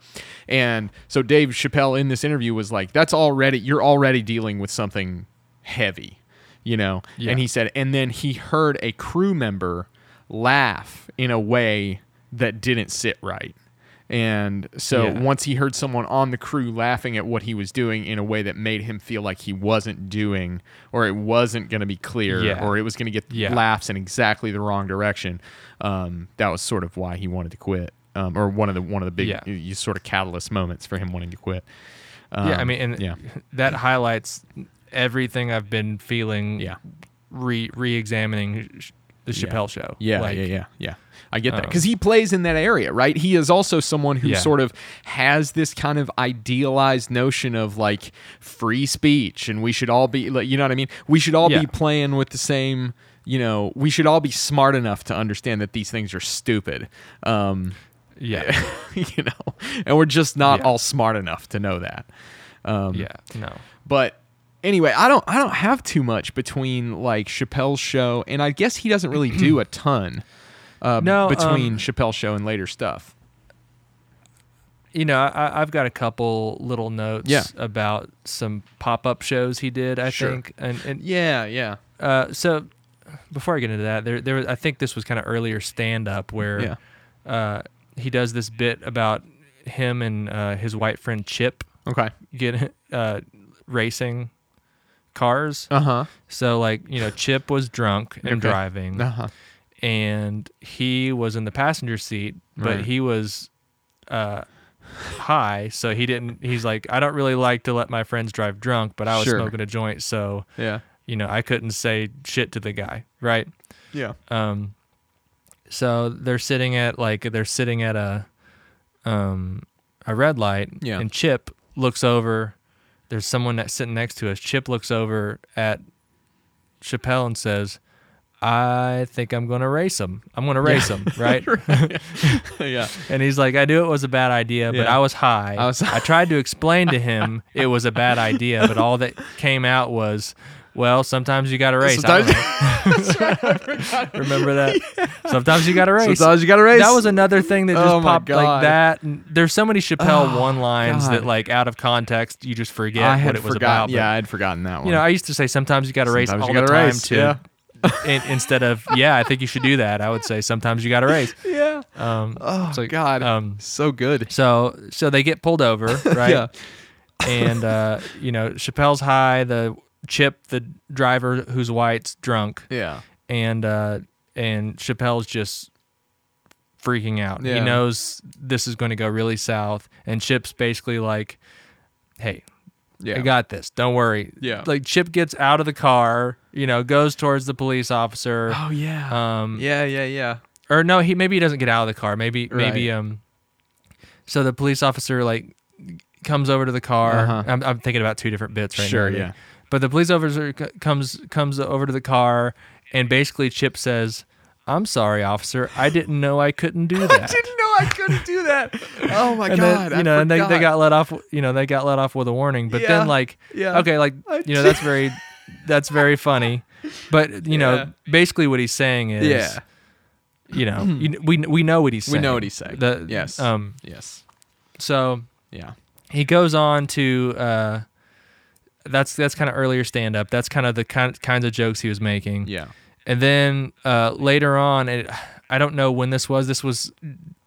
E: And so Dave Chappelle in this interview was like, "That's already you're already dealing with something heavy." you know and he said and then he heard a crew member laugh in a way that didn't sit right and so
D: Yeah.
E: once he heard someone on the crew laughing at what he was doing in a way that made him feel like he wasn't doing or it wasn't going to be clear
D: Yeah.
E: or it was going to get
D: Yeah.
E: laughs in exactly the wrong direction um, that was sort of why he wanted to quit um, or one of the one of the big
D: Yeah.
E: y- y- sort of catalyst moments for him wanting to quit
D: yeah, I
E: Um,
D: mean, and
E: yeah
D: that highlights everything I've been feeling.
E: Yeah.
D: re re-examining sh- the Chappelle Show.
E: Yeah,
D: Like, um,
E: yeah, yeah, yeah. I get that because he plays in that area, right? He is also someone who
D: Yeah.
E: sort of has this kind of idealized notion of like free speech, and we should all be, like, you know what I mean? We should all
D: Yeah.
E: be playing with the same, you know, we should all be smart enough to understand that these things are stupid, um,
D: yeah,
E: you know, and we're just not
D: Yeah.
E: all smart enough to know that. Um,
D: yeah. No,
E: But anyway, I don't, I don't have too much between like Chappelle's show, and I guess he doesn't really do a ton uh,
D: No,
E: between
D: um,
E: Chappelle's show and later stuff.
D: you know, I, I've got a couple little notes
E: Yeah.
D: about some pop-up shows he did. I
E: Sure.
D: think, and and
E: Yeah, yeah,
D: uh, so before I get into that, there there was, I think this was kind of earlier stand-up where
E: yeah.
D: uh, he does this bit about him and uh, his white friend Chip
E: Okay.
D: get uh, racing cars.
E: Uh huh.
D: So like you know, Chip was drunk and
E: Okay.
D: driving,
E: Uh huh.
D: and he was in the passenger seat, but
E: Right.
D: he was uh, high, so he didn't. He's like, I don't really like to let my friends drive drunk, but I was
E: Sure.
D: smoking a joint, so
E: Yeah.
D: you know, I couldn't say shit to the guy, right?
E: Yeah.
D: Um, so they're sitting at like they're sitting at a um a red light,
E: Yeah.
D: and Chip looks over. There's someone that's sitting next to us. Chip looks over at Chappelle and says, "I think I'm gonna race him. I'm gonna race him, right?"
E: yeah.
D: And he's like, "I knew it was a bad idea, but
E: Yeah.
D: I was high.
E: I was-
D: I tried to explain to him it was a bad idea, but all that came out was." Well, sometimes you gotta race. I don't
E: Sometimes-
D: know. Remember that? Sometimes you gotta race.
E: you gotta race.
D: That was another thing that just
E: Oh my
D: popped
E: God. Oh,
D: like that. And There's so many Chappelle one lines
E: God.
D: that like out of context you just forget
E: I had
D: what it was
E: forgotten.
D: about. but,
E: yeah, I had forgotten that one.
D: you know, I used to say sometimes you gotta race
E: Sometimes
D: all
E: you
D: the
E: gotta
D: time
E: race,
D: too.
E: yeah.
D: In- instead of yeah, I think you should do that. I would say sometimes you gotta race.
E: yeah.
D: Um,
E: Oh
D: it's like,
E: God.
D: um,
E: so good.
D: so so they get pulled over, right?
E: Yeah.
D: And uh, you know, Chappelle's high. The Chip, the driver who's white's drunk
E: Yeah.
D: and uh and Chappelle's just freaking out. He
E: Yeah.
D: knows this is going to go really south and Chip's basically like hey, I
E: Yeah.
D: got this. Don't worry.
E: Yeah.
D: Like Chip gets out of the car, you know, goes towards the police officer.
E: Oh yeah.
D: Um
E: yeah. Yeah. Yeah.
D: or no, he maybe he doesn't get out of the car. Maybe maybe
E: Right.
D: um so the police officer like comes over to the car.
E: Uh-huh.
D: I'm, I'm thinking about two different bits right
E: Sure,
D: now.
E: yeah.
D: But the police officer c- comes comes over to the car and basically Chip says, "I'm sorry, officer. I didn't know I couldn't do that."
E: know I couldn't do that. Oh my
D: and
E: God.
D: then,
E: I
D: you know, and they, they
E: forgot.
D: got let off. You know, they got let off with a warning. But
E: Yeah,
D: then, like,
E: yeah.
D: okay, like,
E: I
D: you know, that's very, that's very funny. But you
E: Yeah.
D: know, basically, what he's saying is,
E: Yeah.
D: you know, you, we we know what he's
E: Hmm. We
D: saying.
E: know what he's saying.
D: The-
E: yes.
D: Um.
E: yes.
D: So
E: Yeah.
D: he goes on to uh that's that's kind of earlier stand up. That's kind of the kind, kinds of jokes he was making.
E: Yeah.
D: And then uh later on it, I don't know when this was. This was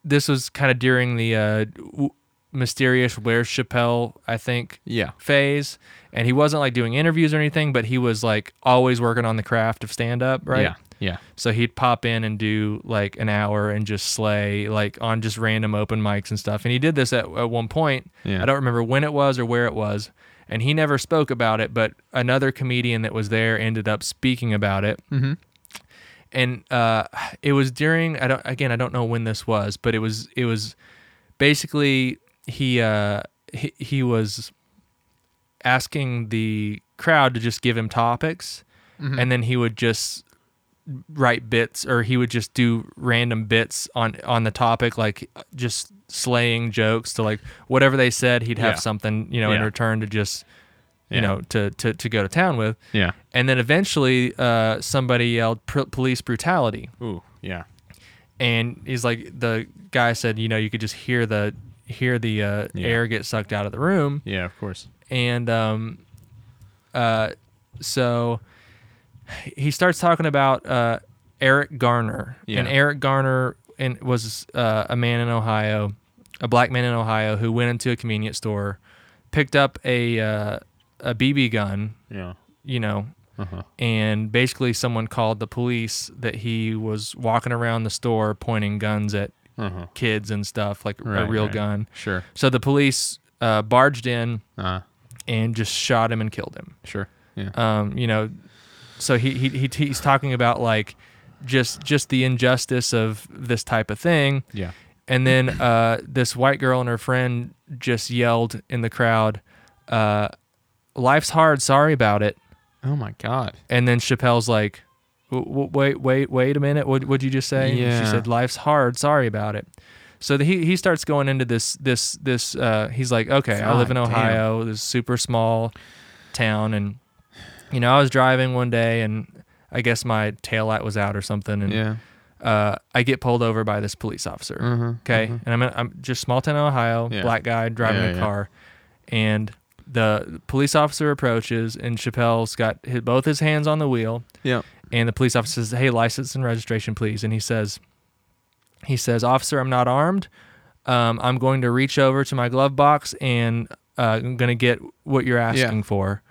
D: this was kind of during the uh w- mysterious where's Chappelle, I think,
E: Yeah.
D: phase. And he wasn't like doing interviews or anything, but he was like always working on the craft of stand up, right?
E: Yeah. Yeah.
D: So he'd pop in and do like an hour and just slay like on just random open mics and stuff. And he did this at, at one point.
E: Yeah.
D: I don't remember when it was or where it was. And he never spoke about it, but another comedian that was there ended up speaking about it. Mm-hmm. And uh, it was during I don't again I don't know when this was, but it was it was basically he uh, he, he was asking the crowd to just give him topics
E: Mm-hmm.
D: and then he would just write bits or he would just do random bits on on the topic like just slaying jokes to like whatever they said he'd have
E: Yeah.
D: something you know in
E: Yeah.
D: return to just you
E: Yeah.
D: know to, to to go to town with
E: Yeah.
D: and then eventually uh somebody yelled "Pr- police brutality
E: Ooh. Yeah.
D: and he's like the guy said you know you could just hear the hear the uh,
E: Yeah.
D: air get sucked out of the room
E: Yeah. Of course.
D: and um, uh, so he starts talking about uh, Eric Garner,
E: Yeah.
D: and Eric Garner and was uh, a man in Ohio, a black man in Ohio who went into a convenience store, picked up a uh, a BB gun,
E: Yeah.
D: you know.
E: Uh-huh.
D: And basically, someone called the police that he was walking around the store pointing guns at kids and stuff, like a
E: Right,
D: real
E: right.
D: gun.
E: Uh-huh. Sure.
D: So the police uh, barged in,
E: Uh.
D: and just shot him and killed him.
E: Sure. Yeah.
D: Um, you know, so he, he, he he's talking about like just just the injustice of this type of thing.
E: yeah.
D: And then uh, this white girl and her friend just yelled in the crowd, uh, "Life's hard. Sorry about it."
E: Oh my God.
D: And then Chappelle's like, "W- w- "Wait, wait, wait a minute. What would you just say?" And
E: Yeah.
D: She said, "Life's hard. Sorry about it." So the, he he starts going into this this this. Uh, he's like, "Okay, I live in
E: God damn.
D: Ohio. This super small town, and you know, I was driving one day, and I guess my taillight was out or something, and
E: Yeah.
D: uh, I get pulled over by this police officer. Okay, and I'm in, I'm just small town Ohio,
E: Mm-hmm, Yeah.
D: black guy driving
E: Yeah,
D: a
E: yeah.
D: car, and the police officer approaches, and Chappelle's got his, both his hands on the wheel,
E: Yeah.
D: and the police officer says, "Hey, license and registration, please." And he says, "He says, officer, I'm not armed. Um, I'm going to reach over to my glove box and uh, I'm going to get what you're asking for."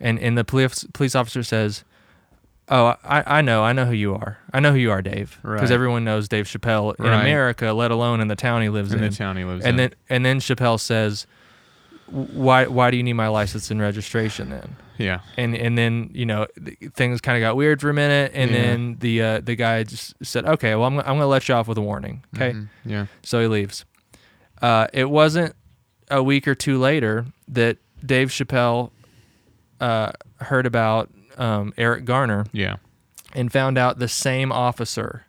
D: And and the police police officer says, "Oh, I, I know, I know who you are. I know who you are, Dave, because
E: Right.
D: everyone knows Dave Chappelle in
E: Right.
D: America, let alone in the town he lives
E: In
D: in."
E: the town he lives
D: and
E: in.
D: then and then Chappelle says, "Why why do you need my license and registration then?"
E: Yeah.
D: and and then you know th- things kind of got weird for a minute and
E: Yeah.
D: then the uh, the guy just said okay well I'm, gonna- I'm gonna let you off with a warning okay
E: Mm-hmm. Mm, Yeah.
D: so he leaves uh, it wasn't a week or two later that dave chappelle uh, heard about um, eric garner
E: Yeah.
D: and found out the same officer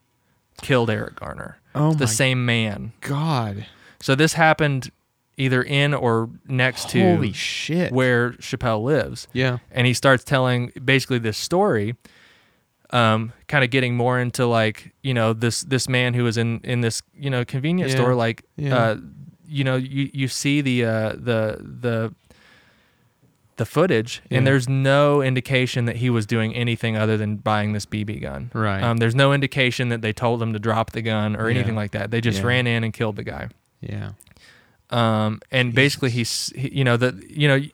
D: killed eric garner
E: Oh
D: the
E: my-
D: same man
E: God.
D: so this happened either in or next to
E: Holy shit.
D: where chappelle lives
E: Yeah.
D: and he starts telling basically this story um kind of getting more into like you know this this man who was in in this you know convenience
E: Yeah.
D: store like
E: Yeah.
D: uh you know you you see the uh the the the footage and
E: Yeah.
D: there's no indication that he was doing anything other than buying this BB gun.
E: Right.
D: Um, there's no indication that they told him to drop the gun or
E: Yeah.
D: anything like that. They just
E: Yeah.
D: ran in and killed the guy
E: Yeah.
D: um, and basically he's he, you know the you know you,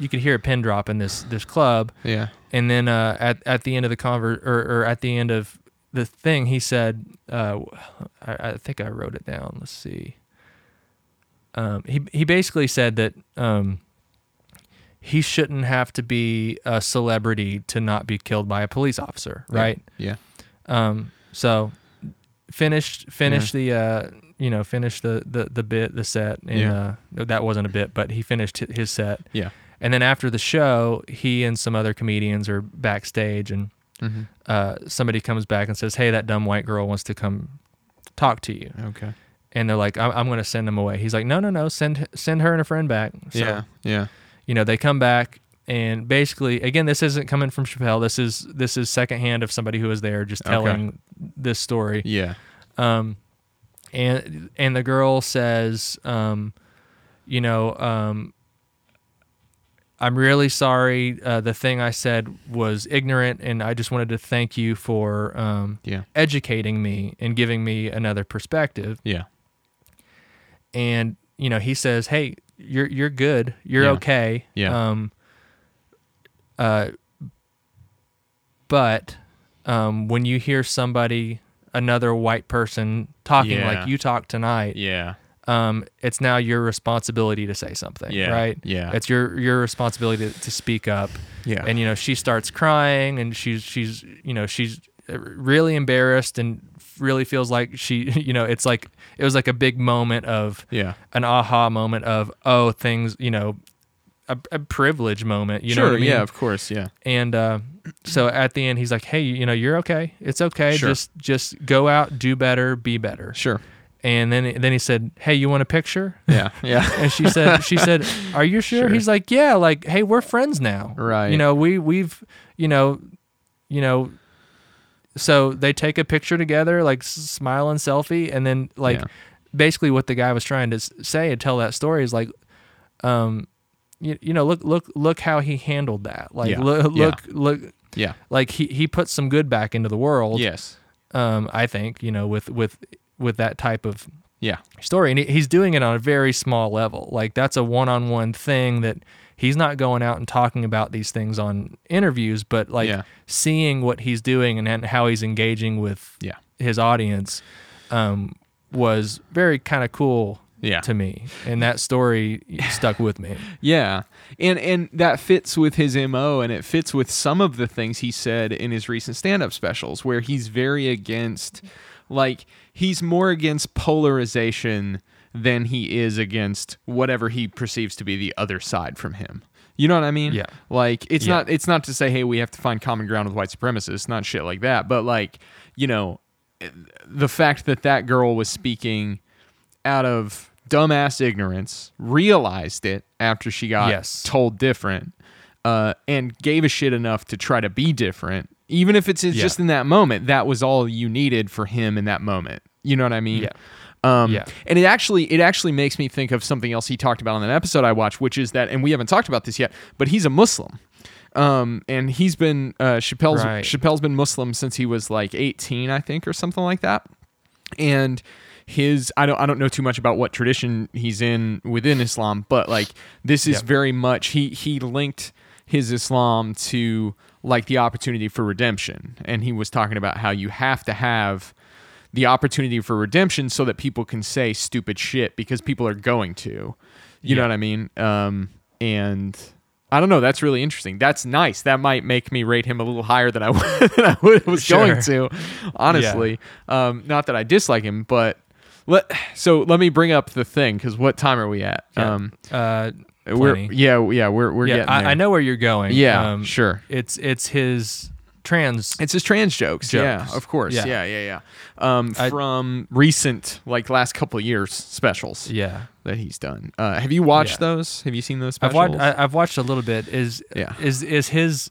D: you could hear a pin drop in this this club
E: Yeah.
D: and then uh, at at the end of the conver or, or at the end of the thing he said uh, I, I think I wrote it down let's see um, he he basically said that um, he shouldn't have to be a celebrity to not be killed by a police officer right
E: Yeah.
D: um, so finished finished the uh, you know finished the, the the bit the set and
E: Yeah.
D: uh, no, that wasn't a bit but he finished hi- his set
E: Yeah.
D: and then after the show he and some other comedians are backstage and
E: Mm-hmm.
D: uh, somebody comes back and says hey that dumb white girl wants to come talk to you
E: Okay.
D: and they're like I'm, I'm gonna send them away he's like no no no send send her and her friend back so
E: yeah. Yeah.
D: you know they come back and basically again this isn't coming from Chappelle this is this is secondhand of somebody who was there just
E: Okay.
D: telling this story
E: Yeah.
D: um, and and the girl says, um, you know, um, I'm really sorry. Uh, the thing I said was ignorant, and I just wanted to thank you for um,
E: Yeah.
D: educating me and giving me another perspective.
E: Yeah.
D: And you know, he says, "Hey, you're you're good. You're
E: Yeah.
D: okay.
E: Yeah.
D: Um, uh, but um, when you hear somebody, another white person talking
E: Yeah.
D: like you talk tonight,
E: Yeah.
D: um, it's now your responsibility to say something,
E: Yeah,
D: right?
E: yeah.
D: it's your your responsibility to, to speak up.
E: Yeah.
D: and you know she starts crying, and she's she's you know she's really embarrassed and really feels like she you know it's like it was like a big moment of
E: Yeah.
D: an aha moment of oh things you know a, a privilege moment you know
E: sure.
D: what I mean?
E: Yeah. Of course. Yeah.
D: and uh, so at the end he's like hey you know you're okay it's okay
E: Sure.
D: just just go out do better be better
E: Sure.
D: and then then he said hey you want a picture
E: Yeah. Yeah.
D: and she said she said are you sure?
E: Sure.
D: he's like yeah like hey we're friends now
E: Right.
D: you know we we've you know you know so they take a picture together like s- smile and selfie and then like
E: Yeah.
D: basically what the guy was trying to s- say and tell that story is like um you, you know look look look how he handled that like
E: Yeah.
D: look
E: Yeah.
D: look look
E: yeah.
D: like he he put some good back into the world
E: Yes.
D: um i think you know with with with that type of
E: Yeah.
D: story and he- he's doing it on a very small level like that's a one-on-one thing that he's not going out and talking about these things on interviews but like
E: Yeah.
D: seeing what he's doing and, and how he's engaging with
E: Yeah.
D: his audience um, was very kind of cool
E: Yeah.
D: to me and that story stuck with me
E: Yeah. And and that fits with his MO and it fits with some of the things he said in his recent stand-up specials where he's very against like he's more against polarization than he is against whatever he perceives to be the other side from him. You know what I mean?
D: Yeah.
E: Like it's
D: Yeah.
E: not it's not to say hey we have to find common ground with white supremacists, not shit like that, but like, you know, the fact that that girl was speaking out of dumbass ignorance, realized it after she got
D: Yes.
E: told different, uh, and gave a shit enough to try to be different, even if it's it's
D: Yeah.
E: just in that moment, that was all you needed for him in that moment. You know what I mean?
D: Yeah.
E: Um,
D: Yeah.
E: And it actually it actually makes me think of something else he talked about on an episode I watched, which is that, and we haven't talked about this yet, but he's a Muslim. Um, and he's been uh, Chappelle's
D: Right.
E: Chappelle's been Muslim since he was like 18, I think, or something like that and his I don't I don't know too much about what tradition he's in within Islam, but like this is
D: Yep.
E: very much he he linked his Islam to like the opportunity for redemption, and he was talking about how you have to have the opportunity for redemption so that people can say stupid shit because people are going to, you know what I mean? Um, and I don't know. That's really interesting. That's nice. That might make me rate him a little higher than I, than I was going to, honestly. Um, not that I dislike him, but let so let me bring up the thing because what time are we at?
D: Yeah.
E: Um,
D: uh,
E: we're
D: plenty.
E: yeah yeah we're we're
D: yeah
E: getting
D: I,
E: there.
D: I know where you're going Um,
E: Yeah, sure.
D: it's it's his trans
E: It's his trans jokes. Yeah,
D: Jokes.
E: of course. Yeah,
D: Yeah.
E: yeah, yeah. Um,
D: I-
E: from recent like last couple of years specials
D: yeah
E: that he's done. Uh, have you watched
D: Yeah.
E: those? Have you seen those
D: I've
E: specials?
D: watched. I, I've watched a little bit. Is
E: Yeah.
D: is is his?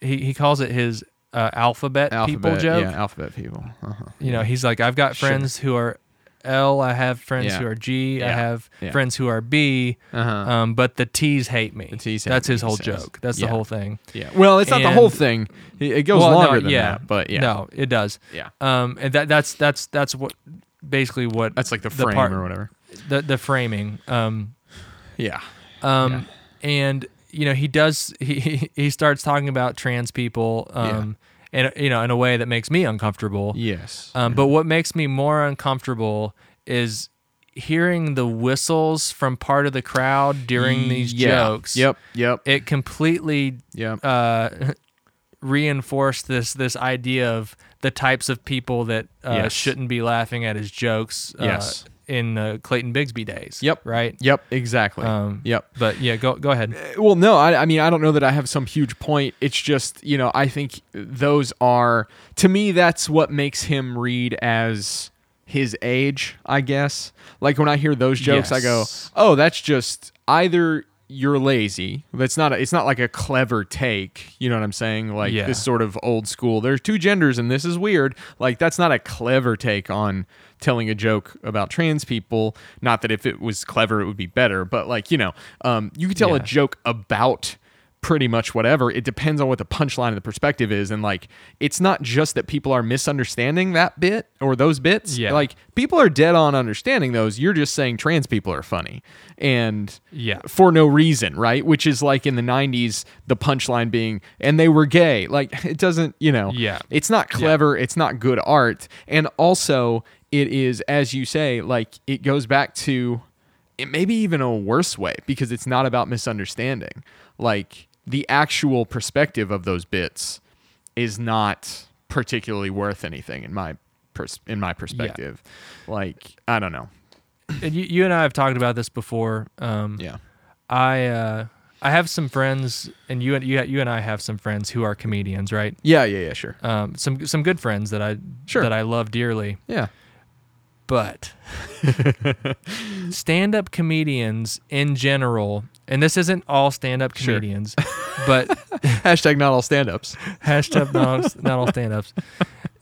D: He, he calls it his uh, alphabet, people
E: Alphabet,
D: joke.
E: yeah, alphabet people. Uh-huh.
D: You know, he's like, I've got
E: Sure.
D: friends who are L. I have friends
E: Yeah.
D: who are G. I
E: Yeah.
D: have
E: Yeah.
D: friends who are B.
E: Uh-huh.
D: Um, but the T's hate me. The
E: Ts hate
D: That's
E: me,
D: his
E: he
D: whole
E: says.
D: joke. That's
E: Yeah.
D: the whole thing.
E: Yeah. Well, it's not the
D: And-
E: whole thing. It it goes
D: Well, no,
E: longer than
D: yeah.
E: that, but yeah.
D: No, it does.
E: Yeah.
D: Um, and that that's that's that's what basically what
E: That's like the frame
D: part-
E: or whatever.
D: The the framing. Um.
E: Yeah.
D: Um, and you know, he does. He he starts talking about trans people. Um, and you know, in a way that makes me uncomfortable.
E: Yes.
D: Um, but what makes me more uncomfortable is hearing the whistles from part of the crowd during these
E: Yeah.
D: jokes.
E: Yep. Yep.
D: It completely
E: yep.
D: uh, reinforced this this idea of the types of people that uh,
E: Yes.
D: shouldn't be laughing at his jokes. Uh,
E: Yes.
D: In the Clayton Bigsby days.
E: yep.
D: Right.
E: Yep. Exactly.
D: Um,
E: yep.
D: But yeah, go go ahead.
E: Eh, well no I, I mean i don't know that i have some huge point it's just you know i think those are to me that's what makes him read as his age i guess like when i hear those jokes i go
D: Yes.
E: oh that's just either you're lazy that's not a, it's not like a clever take you know what i'm saying like
D: Yeah.
E: this sort of old school there's two genders and this is weird like that's not a clever take on telling a joke about trans people not that if it was clever it would be better but like you know um, you could tell a
D: Yeah.
E: joke about pretty much whatever. It depends on what the punchline of the perspective is. And like, it's not just that people are misunderstanding that bit or those bits.
D: Yeah.
E: Like, people are dead on understanding those. You're just saying trans people are funny. And
D: Yeah.
E: for no reason, right? Which is like in the 90s, the punchline being, and they were gay. Like, it doesn't, you know,
D: Yeah.
E: it's not clever. It's not good art. And also, it is, as you say, like, it goes back to it maybe even a worse way because it's not about misunderstanding. Like, the actual perspective of those bits is not particularly worth anything in my pers- in my perspective. Like, I don't know.
D: And you, you and I have talked about this before. Um,
E: Yeah.
D: I uh, I have some friends, and you and you, you and I have some friends who are comedians, right?
E: Yeah, yeah, yeah, sure.
D: Um, some some good friends that I
E: Sure.
D: that I love dearly,
E: Yeah.
D: but stand up comedians in general, and this isn't all stand up
E: Sure.
D: comedians, but
E: Hashtag not all stand ups.
D: hashtag not all, not all stand ups.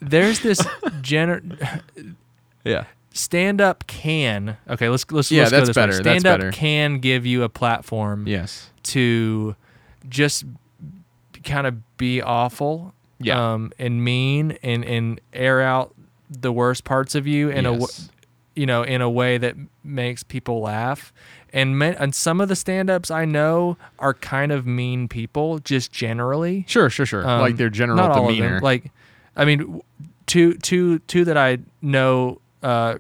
D: There's this gener-
E: Yeah.
D: stand up can okay let's let's
E: Yeah,
D: let's go
E: that's
D: this way.
E: better, that's
D: stand up
E: better.
D: can give you a platform
E: Yes.
D: to just kind of be awful
E: Yeah.
D: um and mean and and air out the worst parts of you in a w-
E: Yes.
D: you know in a way that makes people laugh and men, and some of the stand-ups I know are kind of mean people just generally
E: Sure, sure, sure.
D: um,
E: like their general
D: not all of them.
E: demeanor.
D: Like, I mean, w- two, two, two that I know uh,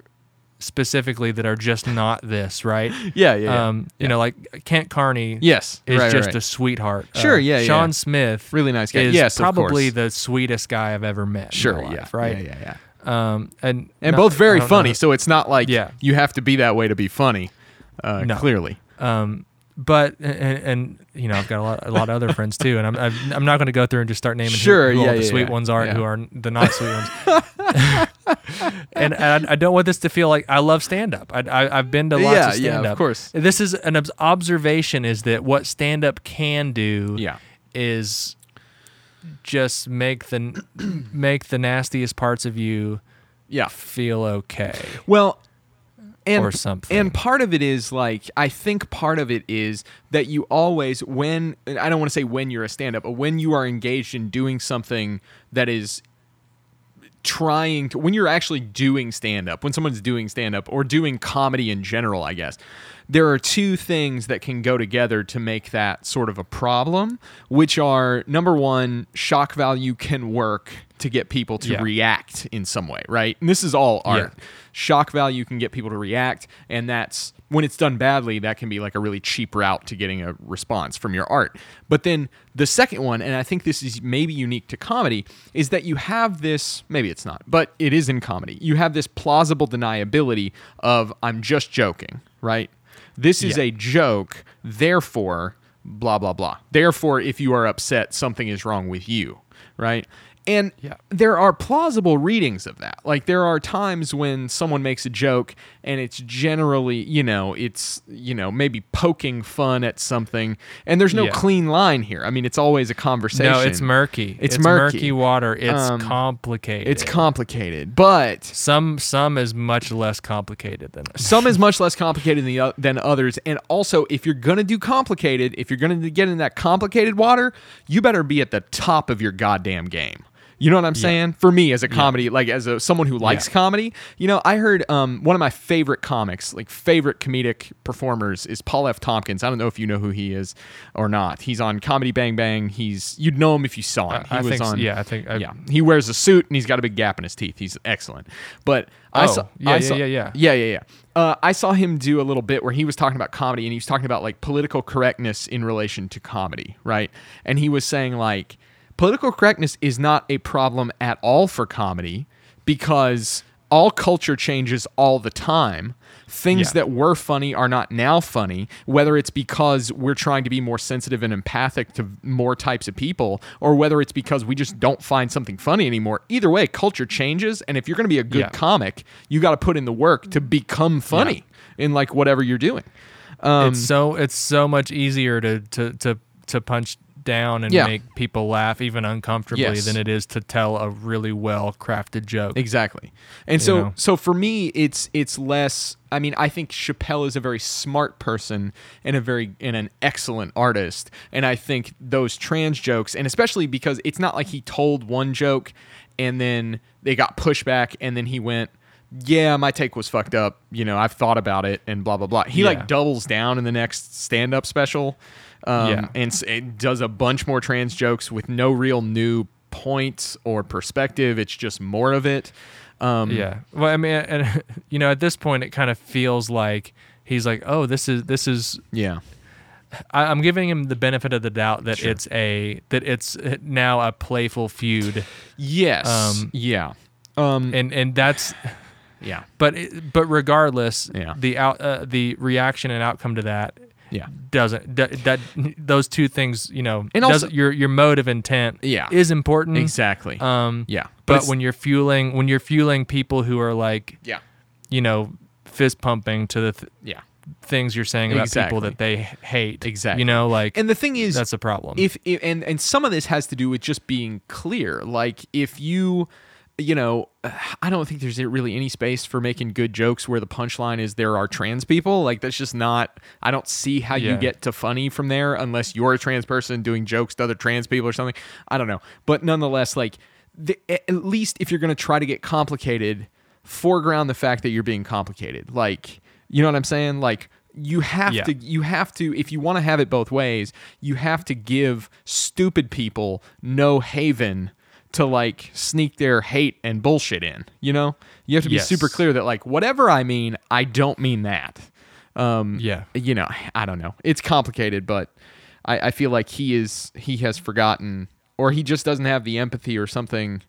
D: specifically that are just not this, right?
E: yeah, yeah, yeah.
D: Um, you know, like Kent Carney.
E: yes,
D: Is
E: right, right,
D: just
E: right.
D: a sweetheart. Uh,
E: Sure, yeah, yeah.
D: Sean Smith,
E: Really nice guy.
D: Is
E: Yes, of
D: probably
E: course.
D: the sweetest guy I've ever met. in
E: sure,
D: my life,
E: yeah,
D: right.
E: yeah, yeah, yeah.
D: Um, and
E: And
D: not-
E: both
D: I
E: very
D: don't know
E: funny,
D: who-
E: so it's not like
D: Yeah.
E: you have to be that way to be funny. Uh,
D: No.
E: Clearly,
D: um, but and, and you know I've got a lot a lot of other friends too, and I'm I've, I'm not going to go through and just start naming who-
E: Sure,
D: who,
E: yeah,
D: all the
E: yeah,
D: sweet
E: yeah,
D: ones are
E: yeah.
D: and who are the not sweet ones. and and I, I don't want this to feel like I love stand up. I, I I've been to lots
E: Yeah,
D: of
E: yeah, of
D: stand up.
E: course.
D: This is an obs- observation is that what stand up can do
E: Yeah.
D: is just make the make the nastiest parts of you
E: yeah.
D: feel okay.
E: Well, and,
D: Or something.
E: And part of it is like I think part of it is that you always when and I don't want to say when you're a stand up, but when you are engaged in doing something that is trying to when you're actually doing stand up, when someone's doing stand up or doing comedy in general, I guess. There are two things that can go together to make that sort of a problem, which are number one, shock value can work to get people to
D: Yeah.
E: react in some way, right? And this is all art. Shock value can get people to react, and that's when it's done badly, that can be like a really cheap route to getting a response from your art. But then the second one, and I think this is maybe unique to comedy, is that you have this maybe it's not, but it is in comedy. You have this plausible deniability of I'm just joking, right? This is
D: Yeah.
E: a joke, therefore, blah, blah, blah. Therefore, if you are upset, something is wrong with you, right? And
D: Yeah.
E: there are plausible readings of that. Like there are times when someone makes a joke and it's generally, you know, it's, you know, maybe poking fun at something and there's no
D: Yeah.
E: clean line here. I mean, it's always a conversation.
D: No, it's murky.
E: It's
D: murky.
E: murky.
D: water. It's
E: Um,
D: complicated.
E: It's complicated, but
D: Some some is much less complicated than us.
E: some is much less complicated than, the, o- than others and also if you're going to do complicated if you're going to get in that complicated water you better be at the top of your goddamn game you know what i'm saying for me as a comedy like as a someone who likes comedy you know i heard um, one of my favorite comics like favorite comedic performers is paul f tompkins i don't know if you know who he is or not he's on comedy bang bang he's you'd know him if you saw him he
D: I
E: was
D: think so.
E: on
D: Yeah, I think I-
E: yeah he wears a suit and he's got a big gap in his teeth he's excellent but i
D: Oh,
E: saw
D: yeah,
E: I
D: yeah,
E: saw-
D: yeah, yeah.
E: yeah, yeah, yeah. Uh, I saw him do a little bit where he was talking about comedy and he was talking about like political correctness in relation to comedy, right? And he was saying like political correctness is not a problem at all for comedy because all culture changes all the time. Things
D: Yeah.
E: that were funny are not now funny, whether it's because we're trying to be more sensitive and empathic to more types of people, or whether it's because we just don't find something funny anymore. Either way, culture changes. And if you're going to be a good
D: Yeah.
E: comic, you got to put in the work to become funny in like whatever you're doing.
D: it's so it's so much easier to to to to punch down and
E: Yeah.
D: make people laugh even uncomfortably
E: Yes.
D: than it is to tell a really well crafted joke.
E: Exactly. And so
D: know?
E: so for me it's it's less I mean I think Chappelle is a very smart person and a very and an excellent artist and I think those trans jokes and especially because it's not like he told one joke and then they got pushback and then he went yeah, my take was fucked up. You know, I've thought about it and blah blah blah. He
D: Yeah.
E: like doubles down in the next stand-up special. Um,
D: Yeah.
E: and, s- it does a bunch more trans jokes with no real new points or perspective. It's just more of it. Um,
D: Yeah. Well, I mean, and you know, at this point, it kind of feels like he's like, "Oh, this is this is."
E: yeah,
D: I, I'm giving him the benefit of the doubt that it's a that it's uh, now a playful feud,
E: yes,
D: Um,
E: yeah, um,
D: and and that's
E: yeah,
D: but it, but regardless,
E: Yeah.
D: the out uh, the reaction and outcome to that
E: yeah.
D: doesn't d- that those two things you know
E: And also-
D: doesn't- your your mode of intent
E: Yeah.
D: is important
E: Exactly.
D: hmm. um
E: Yeah. But
D: but,
E: it's-
D: when you're fueling when you're fueling people who are like
E: yeah,
D: you know fist pumping to the th-
E: yeah.
D: things you're saying about
E: Exactly.
D: people that they h- hate
E: Exactly.
D: you know like
E: And the thing is,
D: that's a problem
E: If, if and and some of this has to do with just being clear. Like if you, you know, I don't think there's really any space for making good jokes where the punchline is there are trans people. Like that's just not. I don't see how you
D: Yeah.
E: get to funny from there unless you're a trans person doing jokes to other trans people or something. I don't know. But nonetheless, like the, at at least if you're going to try to get complicated, foreground the fact that you're being complicated. Like you know what I'm saying? Like you have
D: Yeah.
E: to you have to if you want to have it both ways you have to give stupid people no haven to like sneak their hate and bullshit in you know you have to be
D: Yes.
E: super clear that like whatever i mean i don't mean that um
D: Yeah.
E: you know i don't know it's complicated but i i feel like he is he has forgotten or he just doesn't have the empathy or something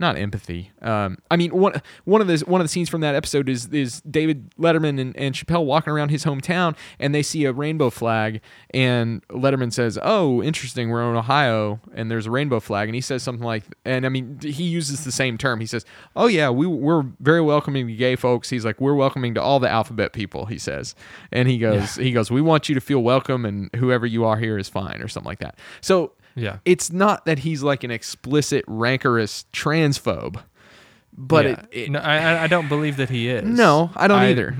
E: not empathy. Um, I mean, one one of the one of the scenes from that episode is is David Letterman and, and Chappelle walking around his hometown, and they see a rainbow flag, and Letterman says, "Oh, interesting, we're in Ohio, and there's a rainbow flag," and he says something like, and I mean, he uses the same term. He says, "Oh yeah, we we're very welcoming to gay folks." He's like, "We're welcoming to all the alphabet people," he says, and he goes, he goes, "We want you to feel welcome, and whoever you are here is fine," or something like that. So
D: Yeah.
E: it's not that he's like an explicit rancorous transphobe, but
D: Yeah.
E: it, it
D: no,
E: no,
D: I, I- I don't believe that he is
E: I don't either.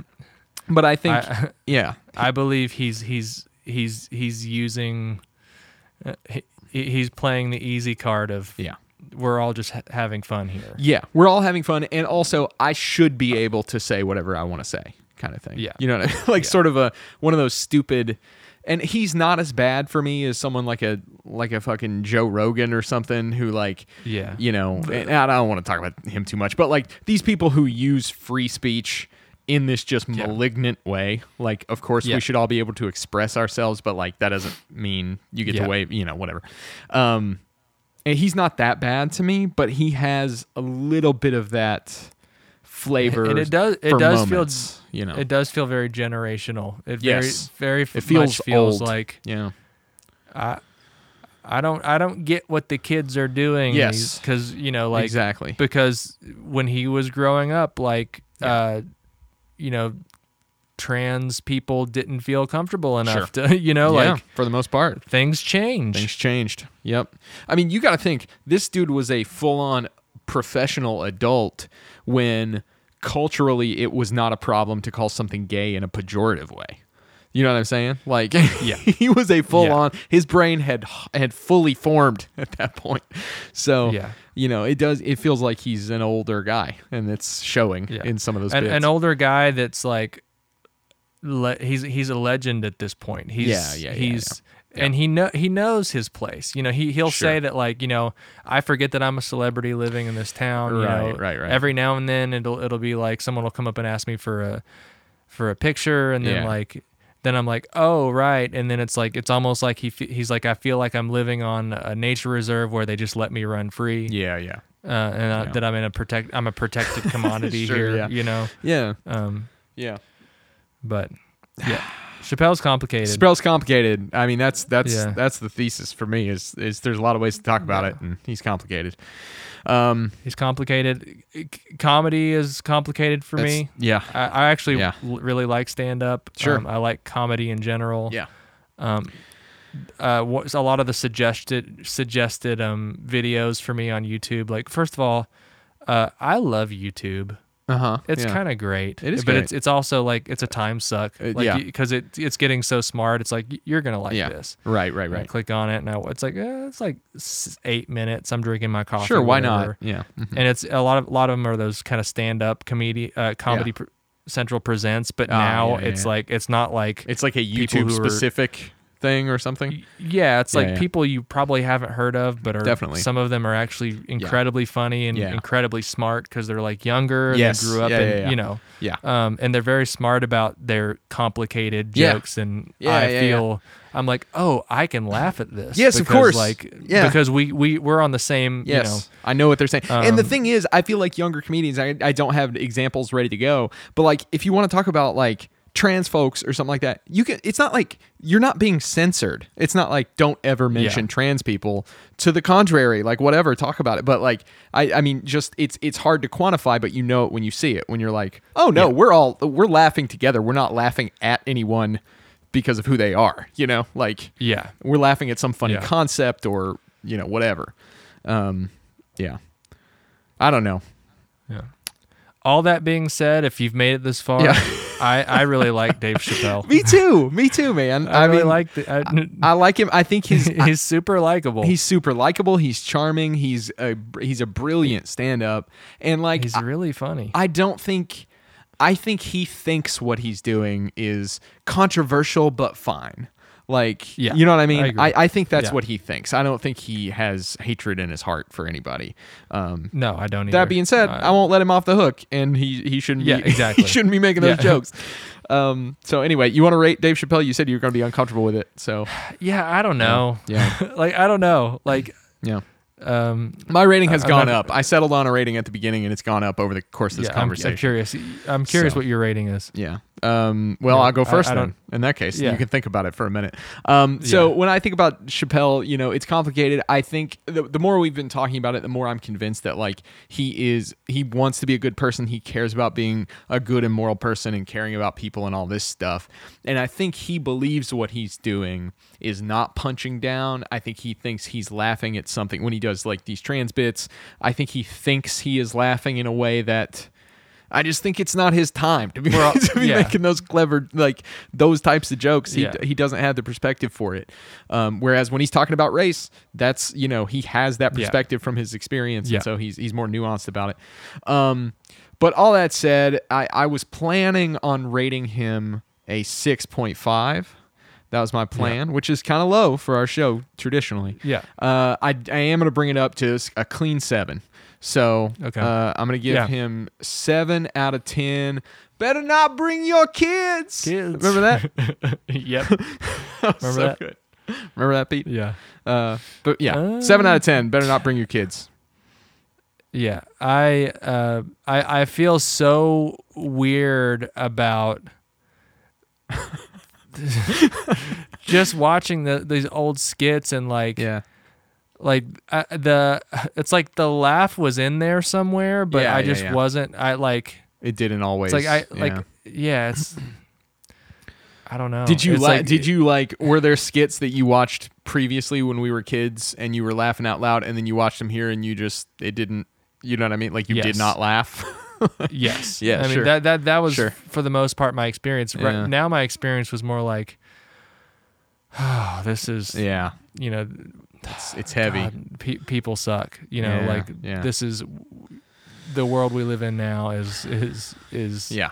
E: But I think
D: I-
E: yeah,
D: I believe he's he's he's he's using uh, he, he's playing the easy card of
E: Yeah.
D: we're all just ha- having fun here.
E: yeah, we're all having fun, and also I should be able to say whatever I want to say, kind of thing.
D: Yeah.
E: you know, what I mean? like sort of a one of those stupid. And he's not as bad for me as someone like a like a fucking Joe Rogan or something who like
D: Yeah.
E: you know and I don't want to talk about him too much but like these people who use free speech in this just malignant way like of course
D: Yeah.
E: we should all be able to express ourselves but like that doesn't mean you get
D: Yeah.
E: to wave you know whatever um and he's not that bad to me, but he has a little bit of that flavor.
D: And it does it
E: for
D: does
E: moments,
D: feel
E: you know
D: it does feel very generational. It
E: Yes.
D: very very
E: It
D: much
E: feels
D: feels
E: old.
D: like
E: yeah
D: I don't I don't get what the kids are doing.
E: Yes.
D: because you know like
E: Exactly.
D: because when he was growing up, like uh, you know, trans people didn't feel comfortable enough to you know
E: yeah
D: like
E: for the most part
D: things change.
E: things changed. Yep. I mean you got to think this dude was a full on professional adult when culturally it was not a problem to call something gay in a pejorative way. You know what I'm saying? Like, yeah, he was a full on. His brain had had fully formed at that point. So,
D: Yeah.
E: you know, it does. It feels like he's an older guy, and it's showing
D: Yeah.
E: in some of those
D: an,
E: bits.
D: an older guy that's like le- he's he's a legend at this point he's
E: Yeah, yeah, yeah,
D: he's and he know he knows his place you know he he'll say
E: Sure.
D: that like you know i forget that i'm a celebrity living in this town you
E: Right,
D: know
E: right, right.
D: every now and then it'll it'll be like someone will come up and ask me for a for a picture and then
E: Yeah.
D: like then I'm like, oh right, and then it's like it's almost like he fe- he's like I feel like I'm living on a nature reserve where they just let me run free,
E: yeah, yeah,
D: uh, and I, that I'm in a protect I'm a protected commodity
E: Sure,
D: here,
E: yeah.
D: you know.
E: yeah,
D: Um,
E: yeah.
D: but yeah, Chappelle's complicated.
E: Spell's complicated. I mean, that's that's
D: Yeah.
E: that's the thesis for me. Is is there's a lot of ways to talk about it, and he's complicated. Um,
D: He's complicated. C- Comedy is complicated for
E: that's-
D: me.
E: yeah,
D: I, I actually
E: Yeah.
D: l- really Um, like stand up.
E: Sure.
D: I like comedy in general.
E: yeah,
D: Um, uh, what, a lot of the suggested suggested um, videos for me on YouTube. Like, first of all, uh, I love YouTube.
E: Uh huh.
D: It's kind of great.
E: It is
D: but
E: great.
D: it's it's also like it's a time suck.
E: Uh,
D: like,
E: yeah.
D: because it it's getting so smart. It's like y- you're gonna like
E: yeah.
D: this.
E: Right. Right.
D: And I
E: Right.
D: click on it, and I, it's like eh, it's like s- eight minutes. I'm drinking my coffee.
E: Sure. Why
D: whatever. Mm-hmm.
E: not? Yeah. Mhm.
D: And it's a lot of a lot of them are those kind of stand up comedy uh, comedy pr- central presents. But
E: Ah,
D: now
E: yeah,
D: it's
E: yeah.
D: like it's not like
E: It's like a
D: people
E: YouTube
D: who are-
E: specific thing or something.
D: yeah, it's
E: Yeah,
D: like
E: yeah.
D: people you probably haven't heard of, but are
E: Definitely.
D: some of them are actually incredibly funny and
E: Yeah.
D: incredibly smart because they're like younger and
E: Yes.
D: they grew up
E: Yeah,
D: and
E: yeah, yeah.
D: you know,
E: Yeah.
D: um, and they're very smart about their complicated
E: Yeah.
D: jokes. And
E: Yeah,
D: I
E: yeah,
D: feel I'm like, oh, I can laugh at this.
E: Yes, of
D: because,
E: course.
D: Like,
E: Yeah.
D: because we we we're on the same.
E: Yes,
D: you know,
E: I know what they're saying. and the
D: Um,
E: thing is, I feel like younger comedians. I, I don't have examples ready to go, but like if you want to talk about like trans folks or something like that, you can. It's not like you're not being censored. It's not like don't ever mention trans people. To the contrary, like whatever, talk about it. But like I, I mean, just it's it's hard to quantify, but you know it when you see it. When you're like, oh no, we're all we're laughing together. We're not laughing at anyone because of who they are. You know, like
D: yeah.
E: we're laughing at some funny
D: Yeah.
E: concept or you know whatever um yeah i don't know
D: All that being said, if you've made it this far,
E: Yeah.
D: I I really like Dave Chappelle.
E: me too me too man
D: I,
E: i,
D: really
E: mean
D: like the, I,
E: i like him i think he's I-
D: he's super likable.
E: he's super likable he's charming he's a br- he's a brilliant stand-up and like
D: he's
E: I-
D: really funny.
E: I don't think I think he thinks what he's doing is controversial but fine. Like
D: Yeah,
E: you know what I mean?
D: agree.
E: I, I, think that's
D: Yeah.
E: what he thinks. I don't think he has hatred in his heart for anybody. Um
D: no, I don't. either.
E: that being said,
D: Uh,
E: I won't let him off the hook and he he shouldn't
D: Yeah,
E: be
D: exactly.
E: he shouldn't be making those
D: Yeah.
E: jokes. Um so anyway, you want to rate Dave Chappelle? You said you were going to be uncomfortable with it. So
D: Yeah, I don't know.
E: Yeah.
D: like I don't know. Like
E: yeah.
D: um
E: My rating has
D: I'm
E: gone
D: not-
E: up. I settled on a rating at the beginning and it's gone up over the course of this
D: yeah, I'm- I'm,
E: conversation.
D: curious. I'm curious
E: So.
D: what your rating is.
E: Yeah. Um, well,
D: Yeah,
E: I'll go
D: I-
E: first
D: I
E: then.
D: don't-
E: In that case,
D: Yeah.
E: you can think about it for a minute. Um, so
D: Yeah.
E: when I think about Chappelle, you know, it's complicated. I think the, the more we've been talking about it, the more I'm convinced that like he is, he wants to be a good person. He cares about being a good and moral person and caring about people and all this stuff. And I think he believes what he's doing is not punching down. I think he thinks he's laughing at something when he does like these trans bits. I think he thinks he is laughing in a way that. I just think it's not his time to be,
D: We're all-
E: to be
D: yeah.
E: making those clever, like those types of jokes. He,
D: Yeah.
E: he doesn't have the perspective for it. Um, whereas when he's talking about race, that's, you know, he has that
D: Yeah.
E: perspective from his experience.
D: Yeah.
E: And so he's, he's more nuanced about it. Um, but all that said, I, I was planning on rating him a 6.5. That was my plan, which is kind of low for our show traditionally.
D: Yeah.
E: Uh, I, I am going to bring it up to s- a clean seven. So
D: Okay.
E: uh, I'm going to give
D: Yeah.
E: him seven out of 10. Better not bring your kids.
D: Kids.
E: Remember that?
D: yep.
E: Remember
D: that?
E: Good. Remember that, Pete?
D: Yeah.
E: Uh, but yeah, seven out of 10. Better not bring your kids.
D: Yeah. I uh I I feel so weird about just watching the these old skits and like
E: Yeah.
D: like uh, the it's like the laugh was in there somewhere but
E: Yeah,
D: I
E: yeah,
D: just
E: yeah.
D: wasn't I like
E: It didn't always.
D: it's like I like
E: yeah.
D: yeah it's I don't know
E: Did you
D: It's
E: like, Did you like? Were there skits that you watched previously when we were kids, and you were laughing out loud, and then you watched them here, and you just it didn't. You know what I mean? Like you did
D: Yes.
E: not laugh.
D: Yes.
E: Yeah,
D: I mean
E: sure.
D: that that that was
E: Sure.
D: for the most part my experience. Right
E: Yeah.
D: now my experience was more like oh, this is
E: yeah,
D: you know
E: it's it's heavy.
D: God, pe- people suck, you know,
E: Yeah,
D: like
E: yeah.
D: this is the world we live in now is is is
E: Yeah,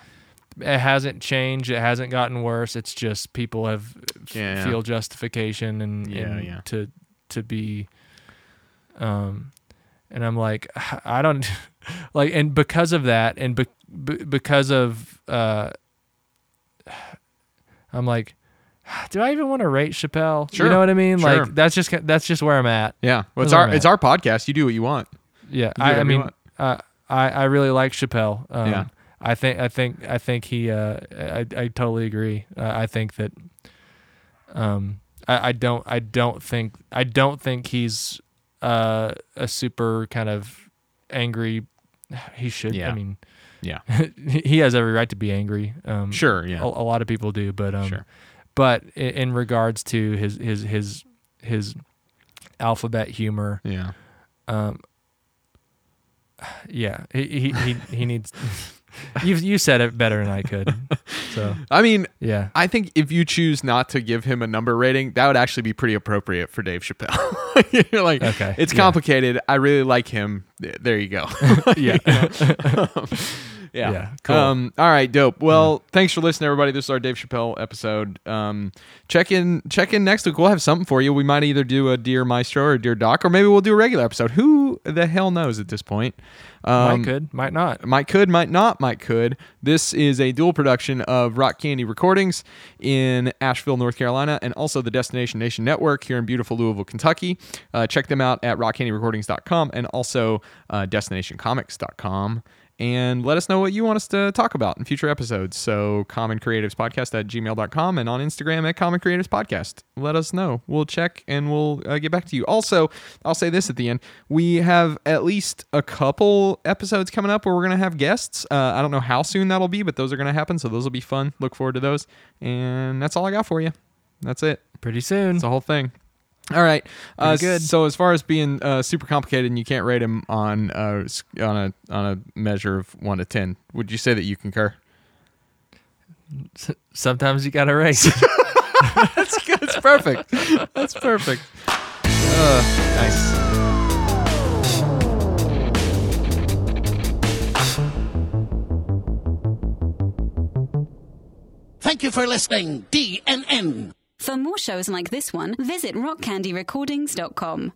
D: it hasn't changed, it hasn't gotten worse. It's just people have f-
E: Yeah.
D: feel justification and,
E: Yeah,
D: and
E: yeah.
D: to to be um and I'm like I don't like and because of that and be, be, because of uh I'm like do I even want to rate Chappelle?
E: Sure,
D: You know what I mean?
E: sure.
D: Like that's just that's just where I'm at.
E: yeah. Well, it's
D: Doesn't
E: our
D: matter.
E: it's our podcast. You do what you want.
D: Yeah,
E: do
D: I, I
E: whatever you
D: mean,
E: want.
D: uh, I I really like Chappelle. Um,
E: Yeah.
D: I think I think I think he. Uh, I I totally agree. Uh, I think that. Um, I, I don't I don't think I don't think he's uh a super kind of angry. He should.
E: Yeah.
D: I mean,
E: Yeah,
D: he has every right to be angry. Um,
E: sure.
D: A,
E: Yeah,
D: Oh. a lot of people do, but um,
E: Sure.
D: but i- in regards to his his his his alphabet humor,
E: Yeah.
D: yeah, he he he, he needs. you you said it better than I could, so
E: I mean,
D: yeah.
E: I think if you choose not to give him a number rating, that would actually be pretty appropriate for Dave Chappelle. You're like,
D: Okay,
E: it's
D: yeah.
E: complicated. I really like him. Th- There you go.
D: yeah.
E: yeah.
D: Yeah, cool.
E: Um, all right, dope. Well, thanks for listening, everybody. This is our Dave Chappelle episode. Um, check in, check in next week. We'll have something for you. We might either do a Dear Maestro or Dear Doc, or maybe we'll do a regular episode. Who the hell knows at this point? Um,
D: might could, might not.
E: Might could, might not, might could. This is a dual production of Rock Candy Recordings in Asheville, North Carolina, and also the Destination Nation Network here in beautiful Louisville, Kentucky. Uh, check them out at rockcandyrecordings.com and also uh, destinationcomics.com. And let us know what you want us to talk about in future episodes. So, Common Creatives Podcast at gmail.com and on Instagram at Common Creatives Podcast. Let us know. We'll check and we'll uh, get back to you. Also, I'll say this at the end we have at least a couple episodes coming up where we're going to have guests. Uh, I don't know how soon that'll be, but those are going to happen. So, those will be fun. Look forward to those. And that's all I got for you. That's it.
D: Pretty soon.
E: It's the whole thing. All right. Uh,
D: Pretty good.
E: So as far as being uh, super complicated, and you can't rate him on uh, s- on a on a measure of one to ten, would you say that you concur?
D: Sometimes you gotta race.
E: That's good. That's perfect. That's perfect. Uh, nice.
F: Thank you for listening, DNN.
B: For more shows like this one, visit rockcandyrecordings.com.